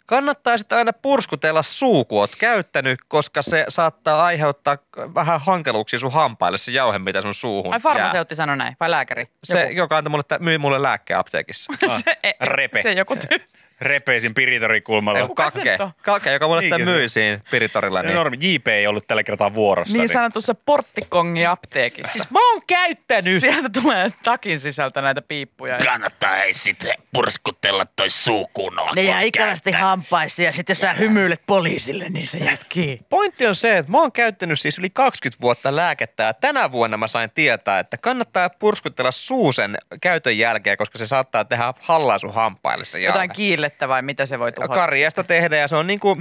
[SPEAKER 4] kannattaa sitä aina purskutella suu, kun oot käyttänyt, koska se saattaa aiheuttaa vähän hankaluuksia sun hampaille se jauhe, mitä sun suuhun
[SPEAKER 3] Ai
[SPEAKER 4] jää.
[SPEAKER 3] farmaseutti sanoi näin, vai lääkäri?
[SPEAKER 4] Se,
[SPEAKER 3] Joku.
[SPEAKER 4] joka antoi mulle, tä- myi mulle lääkkeen apteekissa.
[SPEAKER 3] se,
[SPEAKER 5] repe.
[SPEAKER 3] se joku tyyppi.
[SPEAKER 5] Repesin
[SPEAKER 4] Ei,
[SPEAKER 5] Piritorikulmalla.
[SPEAKER 4] kun
[SPEAKER 3] kuka se
[SPEAKER 4] Kake,
[SPEAKER 3] nyt on?
[SPEAKER 4] kake, joka mulle tämän
[SPEAKER 5] Niinkö se?
[SPEAKER 4] myi siinä Piritorilla.
[SPEAKER 5] Niin.
[SPEAKER 4] Niin.
[SPEAKER 5] Normi, JP ei ollut tällä kertaa vuorossa.
[SPEAKER 3] Niin sanotussa porttikongi apteekissa.
[SPEAKER 4] Siis mä oon käyttänyt.
[SPEAKER 3] Sieltä tulee takin sisältä näitä piippuja.
[SPEAKER 6] Kannattaa ei sitten purskutella toi suu kunnolla.
[SPEAKER 3] Ne
[SPEAKER 6] kun
[SPEAKER 3] jää
[SPEAKER 6] oot
[SPEAKER 3] ikävästi hampaisiin ja sitten jos sä hymyilet poliisille, niin se jätkii.
[SPEAKER 4] Pointti on se, että mä oon käyttänyt siis yli 20 vuotta lääkettä ja tänä vuonna mä sain tietää, että kannattaa purskutella suusen käytön jälkeen, koska se saattaa tehdä hallaa sun hampaille se jauhe.
[SPEAKER 3] Jotain kiillettä vai mitä se voi tuhota?
[SPEAKER 4] Karjasta tehdä ja se on niinku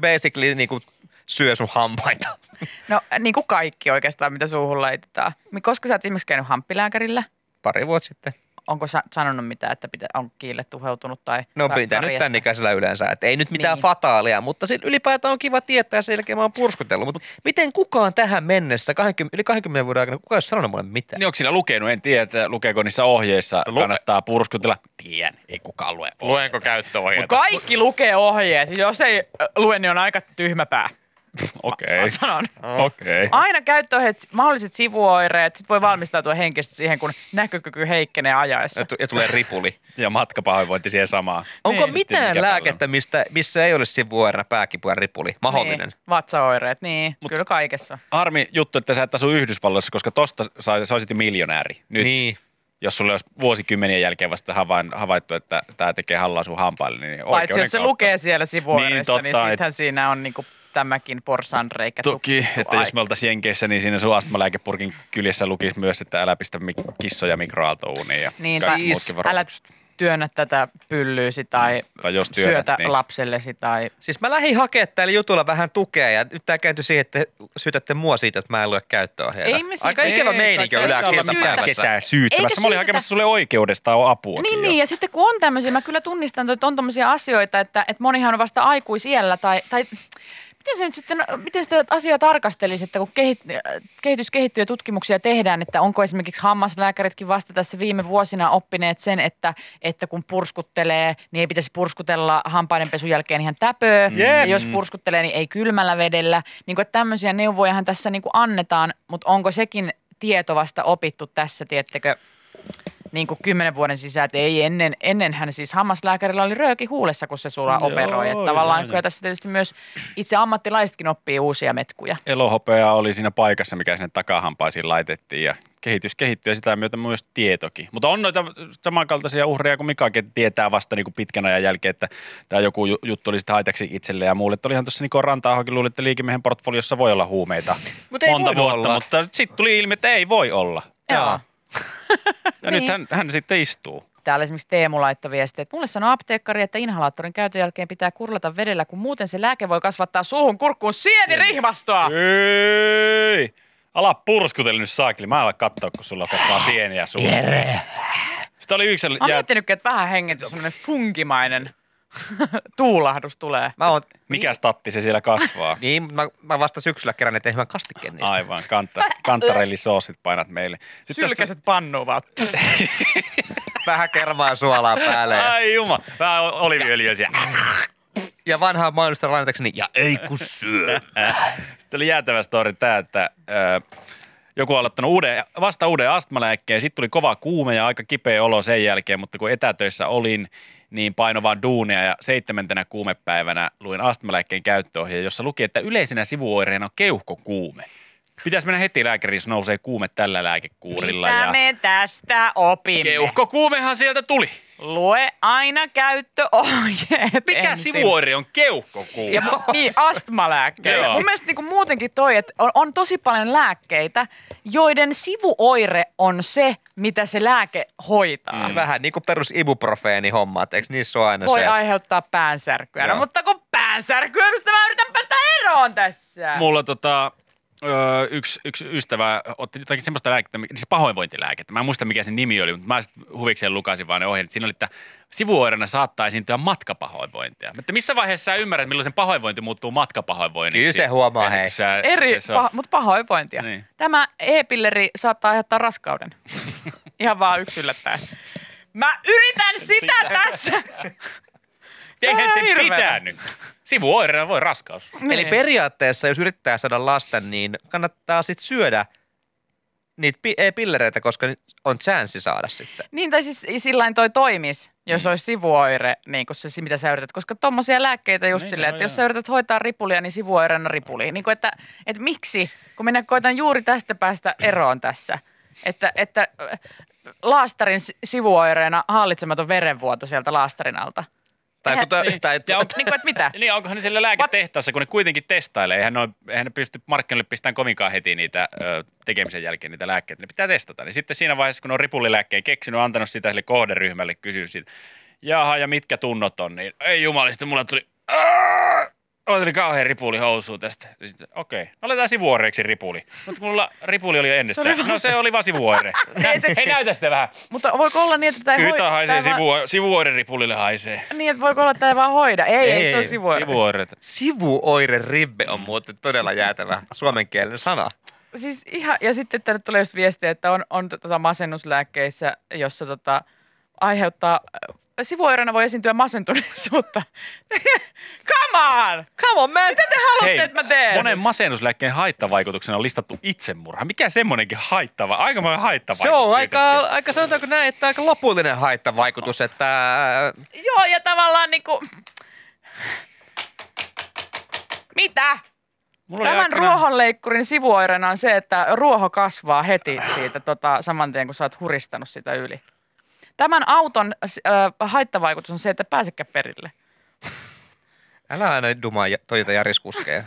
[SPEAKER 4] basically niinku syö sun hampaita.
[SPEAKER 3] No niin kuin kaikki oikeastaan, mitä suuhun laitetaan. Mi- Koska sä oot esimerkiksi käynyt hamppilääkärillä?
[SPEAKER 4] Pari vuotta sitten.
[SPEAKER 3] Onko sa- sanonut mitään, että pitä, on kiille tuheutunut tai
[SPEAKER 4] No
[SPEAKER 3] tai
[SPEAKER 4] pitää nyt
[SPEAKER 3] karjasta?
[SPEAKER 4] tämän ikäisellä yleensä, että ei nyt mitään
[SPEAKER 3] Niin.
[SPEAKER 4] niin. fataalia, mutta sit ylipäätään on kiva tietää ja sen jälkeen mä oon purskutellut. Mutta miten kukaan tähän mennessä, 20, yli 20 vuoden aikana, kukaan ei ole sanonut mulle mitään?
[SPEAKER 5] Niin onko siinä lukenut? En tiedä, että lukeeko niissä ohjeissa.
[SPEAKER 4] Luke-
[SPEAKER 5] Kannattaa purskutella. Tien, ei kukaan lue.
[SPEAKER 4] Luenko käyttöohjeita?
[SPEAKER 3] Mut Kaikki lukee ohjeet. Jos ei ö, lue, niin on aika tyhmä pää.
[SPEAKER 5] Okei.
[SPEAKER 3] Mä sanon.
[SPEAKER 5] Okei.
[SPEAKER 3] Aina käyttöohjeet, mahdolliset sivuoireet, sit voi valmistautua henkisesti siihen, kun näkökyky heikkenee ajaessa.
[SPEAKER 4] Ja, tu- ja tulee ripuli.
[SPEAKER 5] Ja matkapahoinvointi siihen samaan.
[SPEAKER 4] Onko
[SPEAKER 3] Niin.
[SPEAKER 5] Mikä
[SPEAKER 4] mitään
[SPEAKER 5] tällä
[SPEAKER 4] lääkettä, mistä, missä ei ole sivuoireena pääkipujen ripuli? Mahdollinen.
[SPEAKER 3] Niin, vatsaoireet, niin.
[SPEAKER 5] Mut-
[SPEAKER 3] Kyllä kaikessa.
[SPEAKER 5] Harmi juttu, että sä et asu Yhdysvalloissa, koska tosta sa- sä olisit miljonääri nyt.
[SPEAKER 4] Niin.
[SPEAKER 5] Jos sulla olisi vuosikymmenien jälkeen vasta havain, havaittu, että tämä tekee hallaa sun hampaille, niin
[SPEAKER 3] Paitsi jos se
[SPEAKER 5] oikeuden
[SPEAKER 3] lukee
[SPEAKER 5] kautta.
[SPEAKER 3] siellä
[SPEAKER 5] Niin,
[SPEAKER 3] sivuoireissa,
[SPEAKER 5] totta,
[SPEAKER 3] niin,
[SPEAKER 5] et-
[SPEAKER 3] sittenhän siinä on niinku tämäkin porsanreikä
[SPEAKER 5] Toki,
[SPEAKER 3] tukittu
[SPEAKER 5] että jos
[SPEAKER 3] aika.
[SPEAKER 5] me oltaisiin Jenkeissä, niin siinä sun astmalääkepurkin kyljessä lukisi myös, että älä pistä mik- kissoja mikroaaltouuniin ja
[SPEAKER 3] Niin,
[SPEAKER 5] kaikki
[SPEAKER 3] tai-
[SPEAKER 5] muutkin
[SPEAKER 3] Älä
[SPEAKER 5] varoitukset.
[SPEAKER 3] työnnä tätä pyllyysi tai,
[SPEAKER 5] Tai jos työnnät,
[SPEAKER 3] syötä
[SPEAKER 5] niin.
[SPEAKER 3] lapsellesi tai...
[SPEAKER 4] Siis mä lähdin hakemaan tällä jutulla vähän tukea ja nyt tää kääntyi siihen, että syytätte mua siitä, että mä en lue käyttöohjeita.
[SPEAKER 3] Ei me siitä-
[SPEAKER 4] Aika ikävä
[SPEAKER 5] Ei,
[SPEAKER 4] meininki on
[SPEAKER 5] ei
[SPEAKER 4] yleensä
[SPEAKER 5] olla
[SPEAKER 4] ilman
[SPEAKER 5] mitään
[SPEAKER 4] päivässä.
[SPEAKER 5] ketään syyttämässä.
[SPEAKER 3] Eikä
[SPEAKER 5] Mä olin
[SPEAKER 3] syytetä.
[SPEAKER 5] hakemassa sulle oikeudesta apua.
[SPEAKER 3] Niin, niin, ja sitten kun on tämmöisiä, mä kyllä tunnistan, että on tämmöisiä asioita, että, että monihan on vasta aikuisiellä tai, tai Miten se nyt sitten, no, miten sitä asiaa tarkastelisi, että kun kehit, kehitys kehittyy ja tutkimuksia tehdään, että onko esimerkiksi hammaslääkäritkin vasta tässä viime vuosina oppineet sen, että, että kun purskuttelee, niin ei pitäisi purskutella hampaidenpesun jälkeen ihan täpöä. Ja jos purskuttelee, niin ei kylmällä vedellä. Niin kuin, että tämmöisiä neuvojahan tässä niin kuin annetaan, mutta onko sekin tieto vasta opittu tässä, tiettekö, niin kuin kymmenen vuoden sisään, että ei ennen, ennenhän siis hammaslääkärillä oli rööki huulessa, kun se sulla
[SPEAKER 5] Joo,
[SPEAKER 3] operoi. Että
[SPEAKER 5] joo,
[SPEAKER 3] tavallaan
[SPEAKER 5] joo.
[SPEAKER 3] kyllä tässä tietysti myös itse ammattilaisetkin oppii uusia metkuja.
[SPEAKER 5] Elohopea oli siinä paikassa, mikä sinne takahampaisiin laitettiin ja kehitys kehittyy ja sitä myötä myös tietokin. Mutta on noita samankaltaisia uhreja kuin Mikakin että tietää vasta niin kuin pitkän ajan jälkeen, että tämä joku ju- juttu oli sitten haitaksi itselle ja muulle. Että olihan niinku tuossa Niko Ranta-ahokin luuli, että liikemiehen portfoliossa voi olla huumeita
[SPEAKER 4] Mut ei
[SPEAKER 5] monta
[SPEAKER 4] voinut
[SPEAKER 5] vuotta,
[SPEAKER 4] olla.
[SPEAKER 5] mutta sitten tuli ilmi, että ei voi olla.
[SPEAKER 3] Joo.
[SPEAKER 5] Ja
[SPEAKER 3] Niin.
[SPEAKER 5] nyt hän, hän sitten istuu.
[SPEAKER 3] Täällä esimerkiksi Teemu laittoi viestiä, että mulle sanoi apteekkari, että inhalaattorin käytön jälkeen pitää kurlata vedellä, kun muuten se lääke voi kasvattaa suuhun kurkkuun sienirihmastoa.
[SPEAKER 4] Ah.
[SPEAKER 5] Ei! Ala purskutella nyt saakeli. Mä en ala katsoa, kun sulla kasvaa sieniä suussa. Sitten oli yksi
[SPEAKER 3] Mä oon
[SPEAKER 5] jää,
[SPEAKER 3] miettinytkin, että vähän hengitys, semmoinen funkimainen tuulahdus tulee.
[SPEAKER 4] Mä oon,
[SPEAKER 5] mikä statti se siellä kasvaa.
[SPEAKER 4] niin, mut mä, mä vasta syksyllä kerran ne enemmän kastikkeen niistä.
[SPEAKER 5] Aivan, kanta, kantarellisoosit painat meille. Sitten
[SPEAKER 3] Sylkäset pannuun vaan.
[SPEAKER 4] Vähän kermaa suolaa päälle
[SPEAKER 5] Tässä,
[SPEAKER 4] ja,
[SPEAKER 5] ai juma, vähän oliviöljyä siellä.
[SPEAKER 4] ja vanhaa mainosta lainatakseni, niin, ja ei kun syö.
[SPEAKER 5] Sitten oli jäätävä story tämä, että ö, joku on aloittanut uuden, vasta uuden astmalääkkeen. Sitten tuli kova kuume ja aika kipeä olo sen jälkeen, mutta kun etätöissä olin, niin paino vaan duunia ja seitsemäntenä kuumepäivänä luin astmalääkkeen käyttöohjeen, jossa luki, että yleisenä sivuoireena on keuhkokuume. Pitäisi mennä heti lääkäriin, jos nousee kuume tällä lääkekuurilla.
[SPEAKER 3] Mitä
[SPEAKER 5] ja
[SPEAKER 3] me tästä opimme?
[SPEAKER 5] keuhkokuumehan sieltä tuli.
[SPEAKER 3] Lue aina käyttöohjeet
[SPEAKER 5] Mikä
[SPEAKER 3] ensin.
[SPEAKER 5] sivuoire on keuhkokuume?
[SPEAKER 3] Ja mu- niin, astmalääkkeitä.
[SPEAKER 5] Joo.
[SPEAKER 3] Mun mielestä niin kuin muutenkin toi, että on, on tosi paljon lääkkeitä, joiden sivuoire on se, mitä se lääke hoitaa. Mm.
[SPEAKER 4] Vähän niin kuin perus ibuprofeeni hommaat, eikö niissä ole aina
[SPEAKER 3] Voi
[SPEAKER 4] se?
[SPEAKER 3] aiheuttaa päänsärkyä. No,
[SPEAKER 4] Joo.
[SPEAKER 3] mutta kun päänsärkyä, mistä mä yritän päästä eroon tässä?
[SPEAKER 5] Mulla tota, öö, yksi, yksi ystävä otti jotakin semmoista lääkettä, mi- siis pahoinvointilääkettä. Mä en muista, mikä se nimi oli, mutta mä sit huvikseen lukasin vaan ne ohjeet. Siinä oli, että sivuoireena saattaa esiintyä matkapahoinvointia. Mutta missä vaiheessa sä ymmärrät, milloin sen pahoinvointi muuttuu matkapahoinvoinniksi?
[SPEAKER 7] Kyllä se huomaa, hei.
[SPEAKER 5] Eikö sä-
[SPEAKER 3] Eri,
[SPEAKER 5] se- se on-
[SPEAKER 3] paha, mutta pahoinvointia.
[SPEAKER 5] Niin.
[SPEAKER 3] Tämä e-pilleri saattaa aiheuttaa raskauden. Ihan vaan yksi yllättäen. Mä yritän sitä, tässä!
[SPEAKER 5] Eihän
[SPEAKER 3] Vähän
[SPEAKER 5] sen
[SPEAKER 3] hirveä.
[SPEAKER 5] pitänyt. Sivuoireena voi raskaus.
[SPEAKER 4] Eli
[SPEAKER 3] Niin.
[SPEAKER 4] periaatteessa, jos yrittää saada lasta, niin kannattaa sitten syödä niitä pi- ei pillereitä, koska on chanssi saada sitten.
[SPEAKER 3] Niin, tai siis sillain toi toimis, jos olisi sivuoire, niin kuin se, mitä sä yrität. Koska tommosia lääkkeitä just
[SPEAKER 5] Niin,
[SPEAKER 3] silleen,
[SPEAKER 5] joo,
[SPEAKER 3] että jos
[SPEAKER 5] joo.
[SPEAKER 3] sä yrität hoitaa ripulia, niin sivuoireena ripuliin. Niin kuin, että, että miksi, kun minä koitan juuri tästä päästä eroon tässä, että, että äh, laastarin si- sivuoireena hallitsematon verenvuoto sieltä laastarin alta.
[SPEAKER 4] Tai,
[SPEAKER 3] Eihän-
[SPEAKER 4] kun toi,
[SPEAKER 5] niin.
[SPEAKER 4] tai
[SPEAKER 5] Ja on-
[SPEAKER 3] Niin kuin, että mitä?
[SPEAKER 5] Niin, onkohan ne siellä lääketehtaassa, kun ne kuitenkin testailee. Eihän ne, ole- eihän ne pysty markkinoille pistämään kovinkaan heti niitä ö, tekemisen jälkeen niitä lääkkeitä. Ne pitää testata. Niin sitten siinä vaiheessa, kun ne on ripulilääkkeen keksinyt, antanut sitä sille kohderyhmälle, kysyy siitä, jaha, ja mitkä tunnot on, niin ei jumalista, mulla tuli, Aah! mulla tuli kauhean ripuli housuun tästä. Ja Sitten, okei, okay. aletaan sivuoireeksi ripuli. Mutta mulla ripuli oli jo ennestään.
[SPEAKER 3] Se oli vaan-
[SPEAKER 5] No se oli vaan sivuoire.
[SPEAKER 3] Ei se-
[SPEAKER 5] Hei, näytä sitä vähän.
[SPEAKER 3] Mutta voiko olla niin, että tämä ei
[SPEAKER 5] Kyllä tää
[SPEAKER 3] hoi-
[SPEAKER 5] haisee,
[SPEAKER 3] tää ei
[SPEAKER 5] sivu, sivuoire ripulille haisee.
[SPEAKER 3] Vaan, niin, että voiko olla, että tämä ei vaan hoida. Ei, ei, ei se on sivuoire.
[SPEAKER 5] Sivuoireita.
[SPEAKER 4] Sivuoire ribbe on muuten todella jäätävä suomenkielinen sana.
[SPEAKER 3] Siis ihan, ja sitten tänne tulee just viestiä, että on, on tota masennuslääkkeissä, jossa tota, aiheuttaa, sivuoireena voi esiintyä masentuneisuutta. Come on!
[SPEAKER 4] Come on, man!
[SPEAKER 3] Mitä te haluatte,
[SPEAKER 5] Hei,
[SPEAKER 3] että mä teen?
[SPEAKER 5] Monen masennuslääkkeen haittavaikutuksena on listattu itsemurha. Mikä semmoinenkin haittava, aikamoinen haittavaikutus.
[SPEAKER 4] Se on aika,
[SPEAKER 5] siitäkin.
[SPEAKER 4] aika, sanotaanko näin, että aika lopullinen haittavaikutus, että
[SPEAKER 3] Joo, ja tavallaan niinku... Mitä?
[SPEAKER 5] Mulla oli
[SPEAKER 3] Tämän
[SPEAKER 5] aikanaan-
[SPEAKER 3] ruohonleikkurin sivuoireena on se, että ruoho kasvaa heti siitä tota, saman tien, kun sä oot huristanut sitä yli. Tämän auton äh, haittavaikutus on se, että pääsekään perille.
[SPEAKER 4] älä aina dumaa ja- Toyota Jariskuskeja.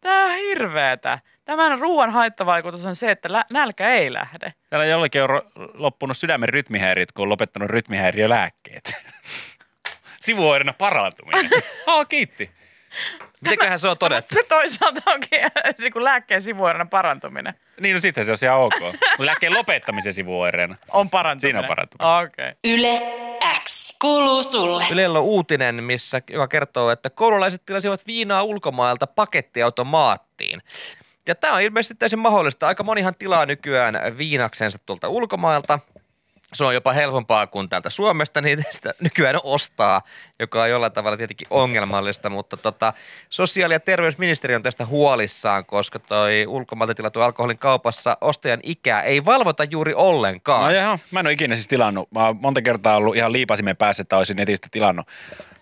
[SPEAKER 3] Tää on hirveetä. Tämän ruoan haittavaikutus on se, että lä- nälkä ei lähde.
[SPEAKER 5] Täällä jollakin on ro- loppunut sydämen rytmihäiriöt, kun on lopettanut rytmihäiriölääkkeet. Sivuoireena parantuminen. Haa, kiitti.
[SPEAKER 4] Mitenköhän se on todettu?
[SPEAKER 3] Se toisaalta onkin niinku lääkkeen sivuoireena parantuminen.
[SPEAKER 5] Niin, no sitten se on ihan ok. Mut Lääkkeen lopettamisen sivuoireena.
[SPEAKER 3] On parantuminen.
[SPEAKER 5] Siinä on parantuminen.
[SPEAKER 3] Okei. Okay.
[SPEAKER 2] Yle X. Kuuluu sulle.
[SPEAKER 4] Ylellä on uutinen, missä, joka kertoo, että koululaiset tilasivat viinaa ulkomailta pakettiautomaattiin. Ja tämä on ilmeisesti täysin mahdollista. Aika monihan tilaa nykyään viinaksensa tuolta ulkomailta. Se on jopa helpompaa kuin täältä Suomesta niitä sitä nykyään ostaa, joka on jollain tavalla tietenkin ongelmallista, mutta tota, sosiaali- ja terveysministeriö on tästä huolissaan, koska toi ulkomailta tilattu alkoholin kaupassa ostajan ikää ei valvota juuri ollenkaan.
[SPEAKER 5] No joo, mä en ole ikinä siis tilannut. Mä oon monta kertaa ollut ihan liipasimen päässä, että olisin netistä tilannut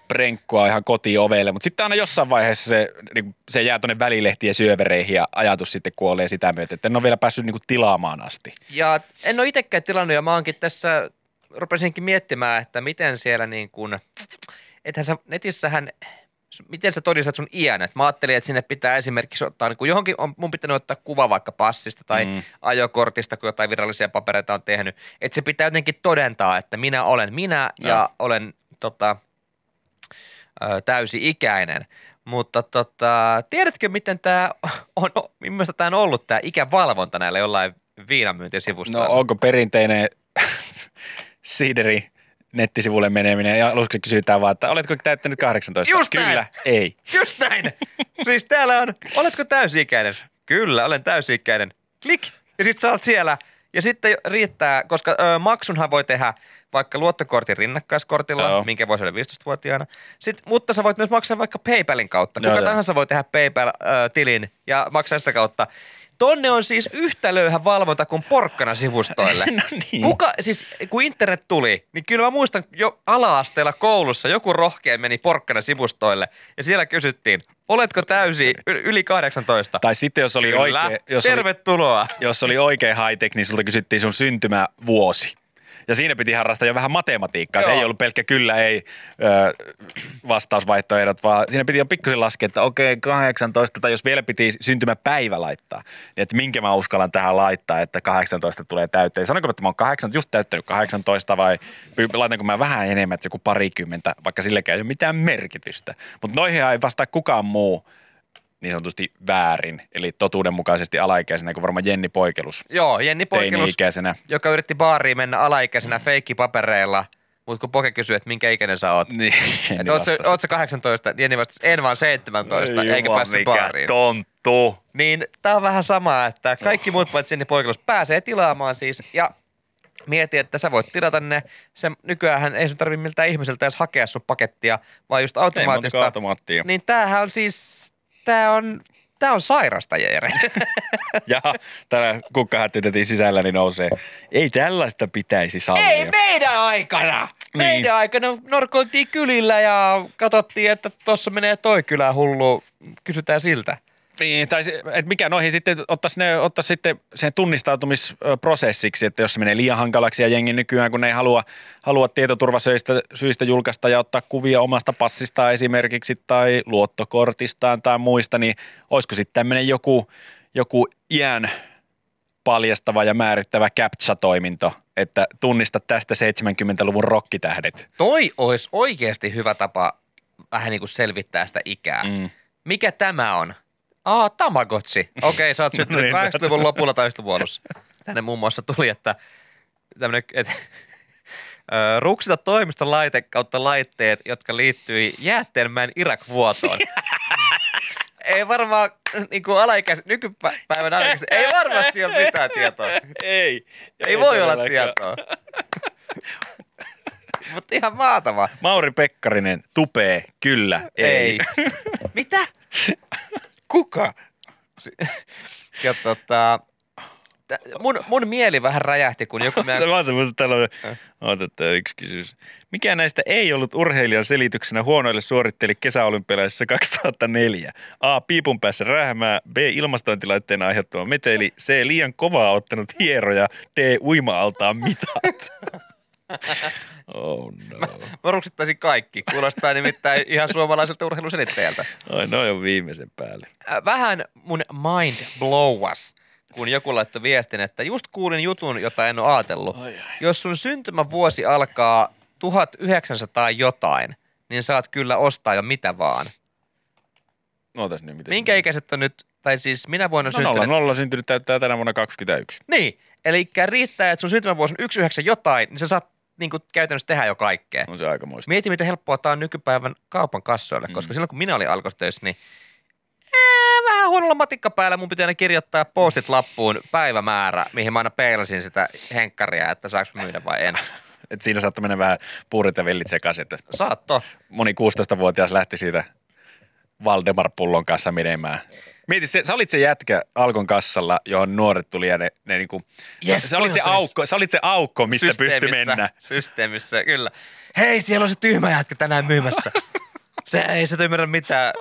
[SPEAKER 5] prenkkua ihan kotiovelle, mutta sitten aina jossain vaiheessa se, niinku, se jää tuonne välilehtien syövereihin ja ajatus sitten kuolee sitä myötä, että en ole vielä päässyt niinku, tilaamaan asti.
[SPEAKER 4] Ja en ole itsekään tilannut ja mä oonkin tässä, rupesinkin miettimään, että miten siellä niin kuin, ethän sä netissähän, s- miten sä todistat sun iän? Et mä ajattelin, että sinne pitää esimerkiksi ottaa, niin kun johonkin on, mun pitänyt ottaa kuva vaikka passista tai
[SPEAKER 5] Mm.
[SPEAKER 4] mm. ajokortista, kun jotain virallisia papereita on tehnyt. Että se pitää jotenkin todentaa, että minä olen minä ja,
[SPEAKER 5] Joo.
[SPEAKER 4] ja olen tota, ö, täysi-ikäinen. Mutta tota, tiedätkö, miten tämä on, o- millaista tämä on ollut, tämä ikävalvonta näillä jollain viinamyyntisivustoilla?
[SPEAKER 5] No onko perinteinen siideri nettisivulle meneminen ja aluksi kysytään vaan, että oletko täyttänyt 18?
[SPEAKER 4] Just näin.
[SPEAKER 5] Kyllä, ei.
[SPEAKER 4] Just näin. siis täällä on, oletko täysi-ikäinen? Kyllä, olen täysi-ikäinen. Klik. Ja sit sä oot siellä. Ja sitten riittää, koska ö, maksunhan voi tehdä vaikka luottokortin rinnakkaiskortilla,
[SPEAKER 5] Joo.
[SPEAKER 4] Joo. minkä voi saada 15-vuotiaana. Sit, mutta sä voit myös maksaa vaikka PayPalin kautta.
[SPEAKER 5] Joo,
[SPEAKER 4] Kuka
[SPEAKER 5] joo.
[SPEAKER 4] tahansa voi tehdä PayPal-tilin ja maksaa sitä kautta. Tonne on siis yhtä löyhä valvonta kuin porkkana sivustoille.
[SPEAKER 5] No niin.
[SPEAKER 4] Kuka, siis kun internet tuli, niin kyllä mä muistan jo ala-asteella koulussa joku rohkea meni porkkana sivustoille ja siellä kysyttiin, oletko täysi y- yli 18?
[SPEAKER 5] Tai sitten jos oli,
[SPEAKER 4] Kyllä,
[SPEAKER 5] oikein, jos oli,
[SPEAKER 4] tervetuloa.
[SPEAKER 5] jos oli oikein high-tech, niin sulta kysyttiin sun syntymävuosi. Ja siinä piti harrastaa jo vähän matematiikkaa. Joo. Se
[SPEAKER 4] Joo.
[SPEAKER 5] ei ollut pelkkä kyllä, ei ö, vastausvaihtoehdot, vaan siinä piti jo pikkusen laskea, että okei, 18, tai jos vielä piti syntymäpäivä laittaa, niin että minkä mä uskallan tähän laittaa, että 18 tulee täyteen. Sanonko, mä, että mä oon 8, just täyttänyt 18 vai py- laitanko mä vähän enemmän, että joku parikymmentä, vaikka silläkään ei ole mitään merkitystä. Mutta noihin ei vastaa kukaan muu niin sanotusti väärin, eli totuudenmukaisesti alaikäisenä, kun varmaan Jenni Poikelus
[SPEAKER 4] Joo, Jenni Poikelus,
[SPEAKER 5] teini-ikäisenä.
[SPEAKER 4] joka yritti baariin mennä alaikäisenä feikkipapereilla, mutta kun Poke kysyi, että minkä ikäinen sä oot.
[SPEAKER 5] Niin, Jenni
[SPEAKER 4] Että oot, sä,
[SPEAKER 5] vastasi.
[SPEAKER 4] oot sä 18, Jenni vastasi, en vaan 17,
[SPEAKER 5] Ei
[SPEAKER 4] eikä
[SPEAKER 5] juman
[SPEAKER 4] päässyt
[SPEAKER 5] mikä
[SPEAKER 4] baariin.
[SPEAKER 5] tonttu. Oh.
[SPEAKER 4] Niin tää on vähän sama, että kaikki muut paitsi Jenni Poikelus pääsee tilaamaan siis ja mieti, että sä voit tilata ne. Se, nykyään ei sun tarvitse miltään ihmiseltä edes hakea sun pakettia, vaan just
[SPEAKER 5] Ei montakaan
[SPEAKER 4] automaattista.
[SPEAKER 5] automaattia.
[SPEAKER 4] Niin tämähän on siis, tää on, tää on sairasta, Jere.
[SPEAKER 5] Ja täällä kukkahätti tetin sisällä niin nousee. Ei tällaista pitäisi sallia.
[SPEAKER 4] Ei meidän aikana! Meidän
[SPEAKER 5] Niin.
[SPEAKER 4] aikana norkoiltiin kylillä ja katsottiin, että tuossa menee toi kylä hullu. Kysytään siltä.
[SPEAKER 5] Niin, tai se- et mikä noihin sitten ottaisi, ne, ottaisi sitten sen tunnistautumisprosessiksi, että jos se menee liian hankalaksi ja jengi nykyään, kun ne ei halua, halua tietoturvasyistä syistä julkaista ja ottaa kuvia omasta passistaan esimerkiksi tai luottokortistaan tai muista, niin olisiko sitten tämmöinen joku, joku iän paljastava ja määrittävä captcha-toiminto, että tunnista tästä 70-luvun rokkitähdet.
[SPEAKER 4] Toi olisi oikeasti hyvä tapa vähän niin kuin selvittää sitä ikää. Mm. Mikä tämä on? Aa, Tamagotchi. Okei, okay, sä oot
[SPEAKER 5] No
[SPEAKER 4] syntynyt
[SPEAKER 5] niin, sä-
[SPEAKER 4] 80-luvun lopulla tai 90-luvun alussa. Tänne muun muassa tuli, että tämmönen, et, ö, ruksita toimiston laite kautta laitteet, jotka liittyi jäätteenmäen Irak-vuotoon. ei varmaan niin kuin alaikäis, nykypäivän alaikäis, ei varmasti ole mitään tietoa.
[SPEAKER 5] Ei.
[SPEAKER 4] Ei voi olla tietoa. Mutta ihan maatava.
[SPEAKER 5] Mauri Pekkarinen tupee, kyllä, ei.
[SPEAKER 4] Mitä? Kuka? Si- Ja tota, tä- mun, mun mieli vähän räjähti, kun joku meidän...
[SPEAKER 5] Mä ootan, mutta täällä on,
[SPEAKER 4] Äh.
[SPEAKER 5] ootan, tää on yksi kysymys. Mikä näistä ei ollut urheilijan selityksenä huonoille suoritteli kesäolympialaisissa 2004? A. Piipun päässä rähmää, B. Ilmastointilaitteen aiheuttama meteli, C. Liian kovaa ottanut hieroja, D. Uima-altaan mitat. Oh no.
[SPEAKER 4] Mä ruksittaisin kaikki. Kuulostaa nimittäin ihan suomalaiselta urheiluselittäjältä.
[SPEAKER 5] Ai, noin on viimeisen päälle.
[SPEAKER 4] Ä, Vähän mun mind blowas, kun joku laittoi viestin, että just kuulin jutun, jota en ole ajatellut. Jos sun syntymävuosi alkaa 1900 jotain, niin saat kyllä ostaa jo mitä vaan.
[SPEAKER 5] Ootas nyt, miten
[SPEAKER 4] Minkä ikäiset on nyt, tai siis minä vuonna
[SPEAKER 5] No, nolla,
[SPEAKER 4] syntynyt?
[SPEAKER 5] nolla syntynyt täyttää tänä vuonna 21.
[SPEAKER 4] Niin, eli riittää, että sun syntymävuosi on 19 jotain, niin sä saat niin kuin, käytännössä tehdä jo kaikkea.
[SPEAKER 5] On se aika muista.
[SPEAKER 4] Mieti, miten helppoa tämä on nykypäivän kaupan kassoille, koska
[SPEAKER 5] Mm.
[SPEAKER 4] silloin kun minä olin alkostöissä, niin ää, vähän huonolla matikka päällä mun pitää aina kirjoittaa postit lappuun päivämäärä, mihin mä aina peilasin sitä henkkaria, että saaks myydä vai en.
[SPEAKER 5] Et siinä saattaa mennä vähän puurit ja vellit sekaisin, että
[SPEAKER 4] Saatto.
[SPEAKER 5] moni 16-vuotias lähti siitä Valdemar Pullon kanssa menemään. Mieti, se, sä olit se jätkä Alkon kassalla, johon nuoret tuli ja ne, ne niinku, yes, sä, sä, olit se
[SPEAKER 4] toi on
[SPEAKER 5] aukko, sä olit se aukko, mistä pystyi
[SPEAKER 4] Systeemissä-
[SPEAKER 5] mennä.
[SPEAKER 4] Systeemissä, kyllä. Hei, siellä on se tyhmä jätkä tänään myymässä. Se ei se ymmärrä mitään.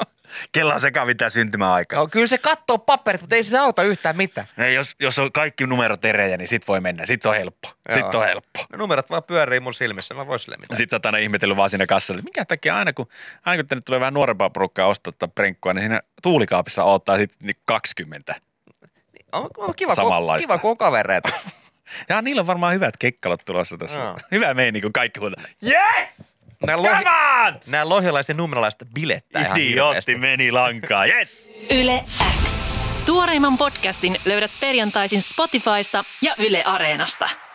[SPEAKER 5] Kello on sekaan mitään syntymäaikaa.
[SPEAKER 4] No, kyllä se katsoo paperit, mutta ei se auta yhtään mitään.
[SPEAKER 5] No. Jos, jos on kaikki numerot erejä, niin sit voi mennä. Sit on helppo. Sit
[SPEAKER 4] Joo.
[SPEAKER 5] on helppo.
[SPEAKER 4] No numerot vaan pyörii mun silmissä, mä vois sille mitään.
[SPEAKER 5] Sitten sä oot aina ihmetellyt vaan siinä kassalla, että minkä takia aina kun, aina kun tänne tulee vähän nuorempaa porukkaa ostaa tätä prenkkua, niin siinä tuulikaapissa odottaa niin sitten 20.
[SPEAKER 4] On, on kiva, kun,
[SPEAKER 5] Samanlaista.
[SPEAKER 4] kiva, kun on kavereita.
[SPEAKER 5] Ja niillä on varmaan hyvät kekkalot tulossa tässä.
[SPEAKER 4] Joo.
[SPEAKER 5] Hyvä meini, kun kaikki huutaa.
[SPEAKER 4] Nää, lohi,
[SPEAKER 5] Come on!
[SPEAKER 4] nää lohjalaiset ja nummelaiset bilettää ihan
[SPEAKER 5] Idiootti
[SPEAKER 4] hirveästi.
[SPEAKER 5] meni lankaa, yes!
[SPEAKER 8] Yle X. Tuoreimman podcastin löydät perjantaisin Spotifysta ja Yle Areenasta.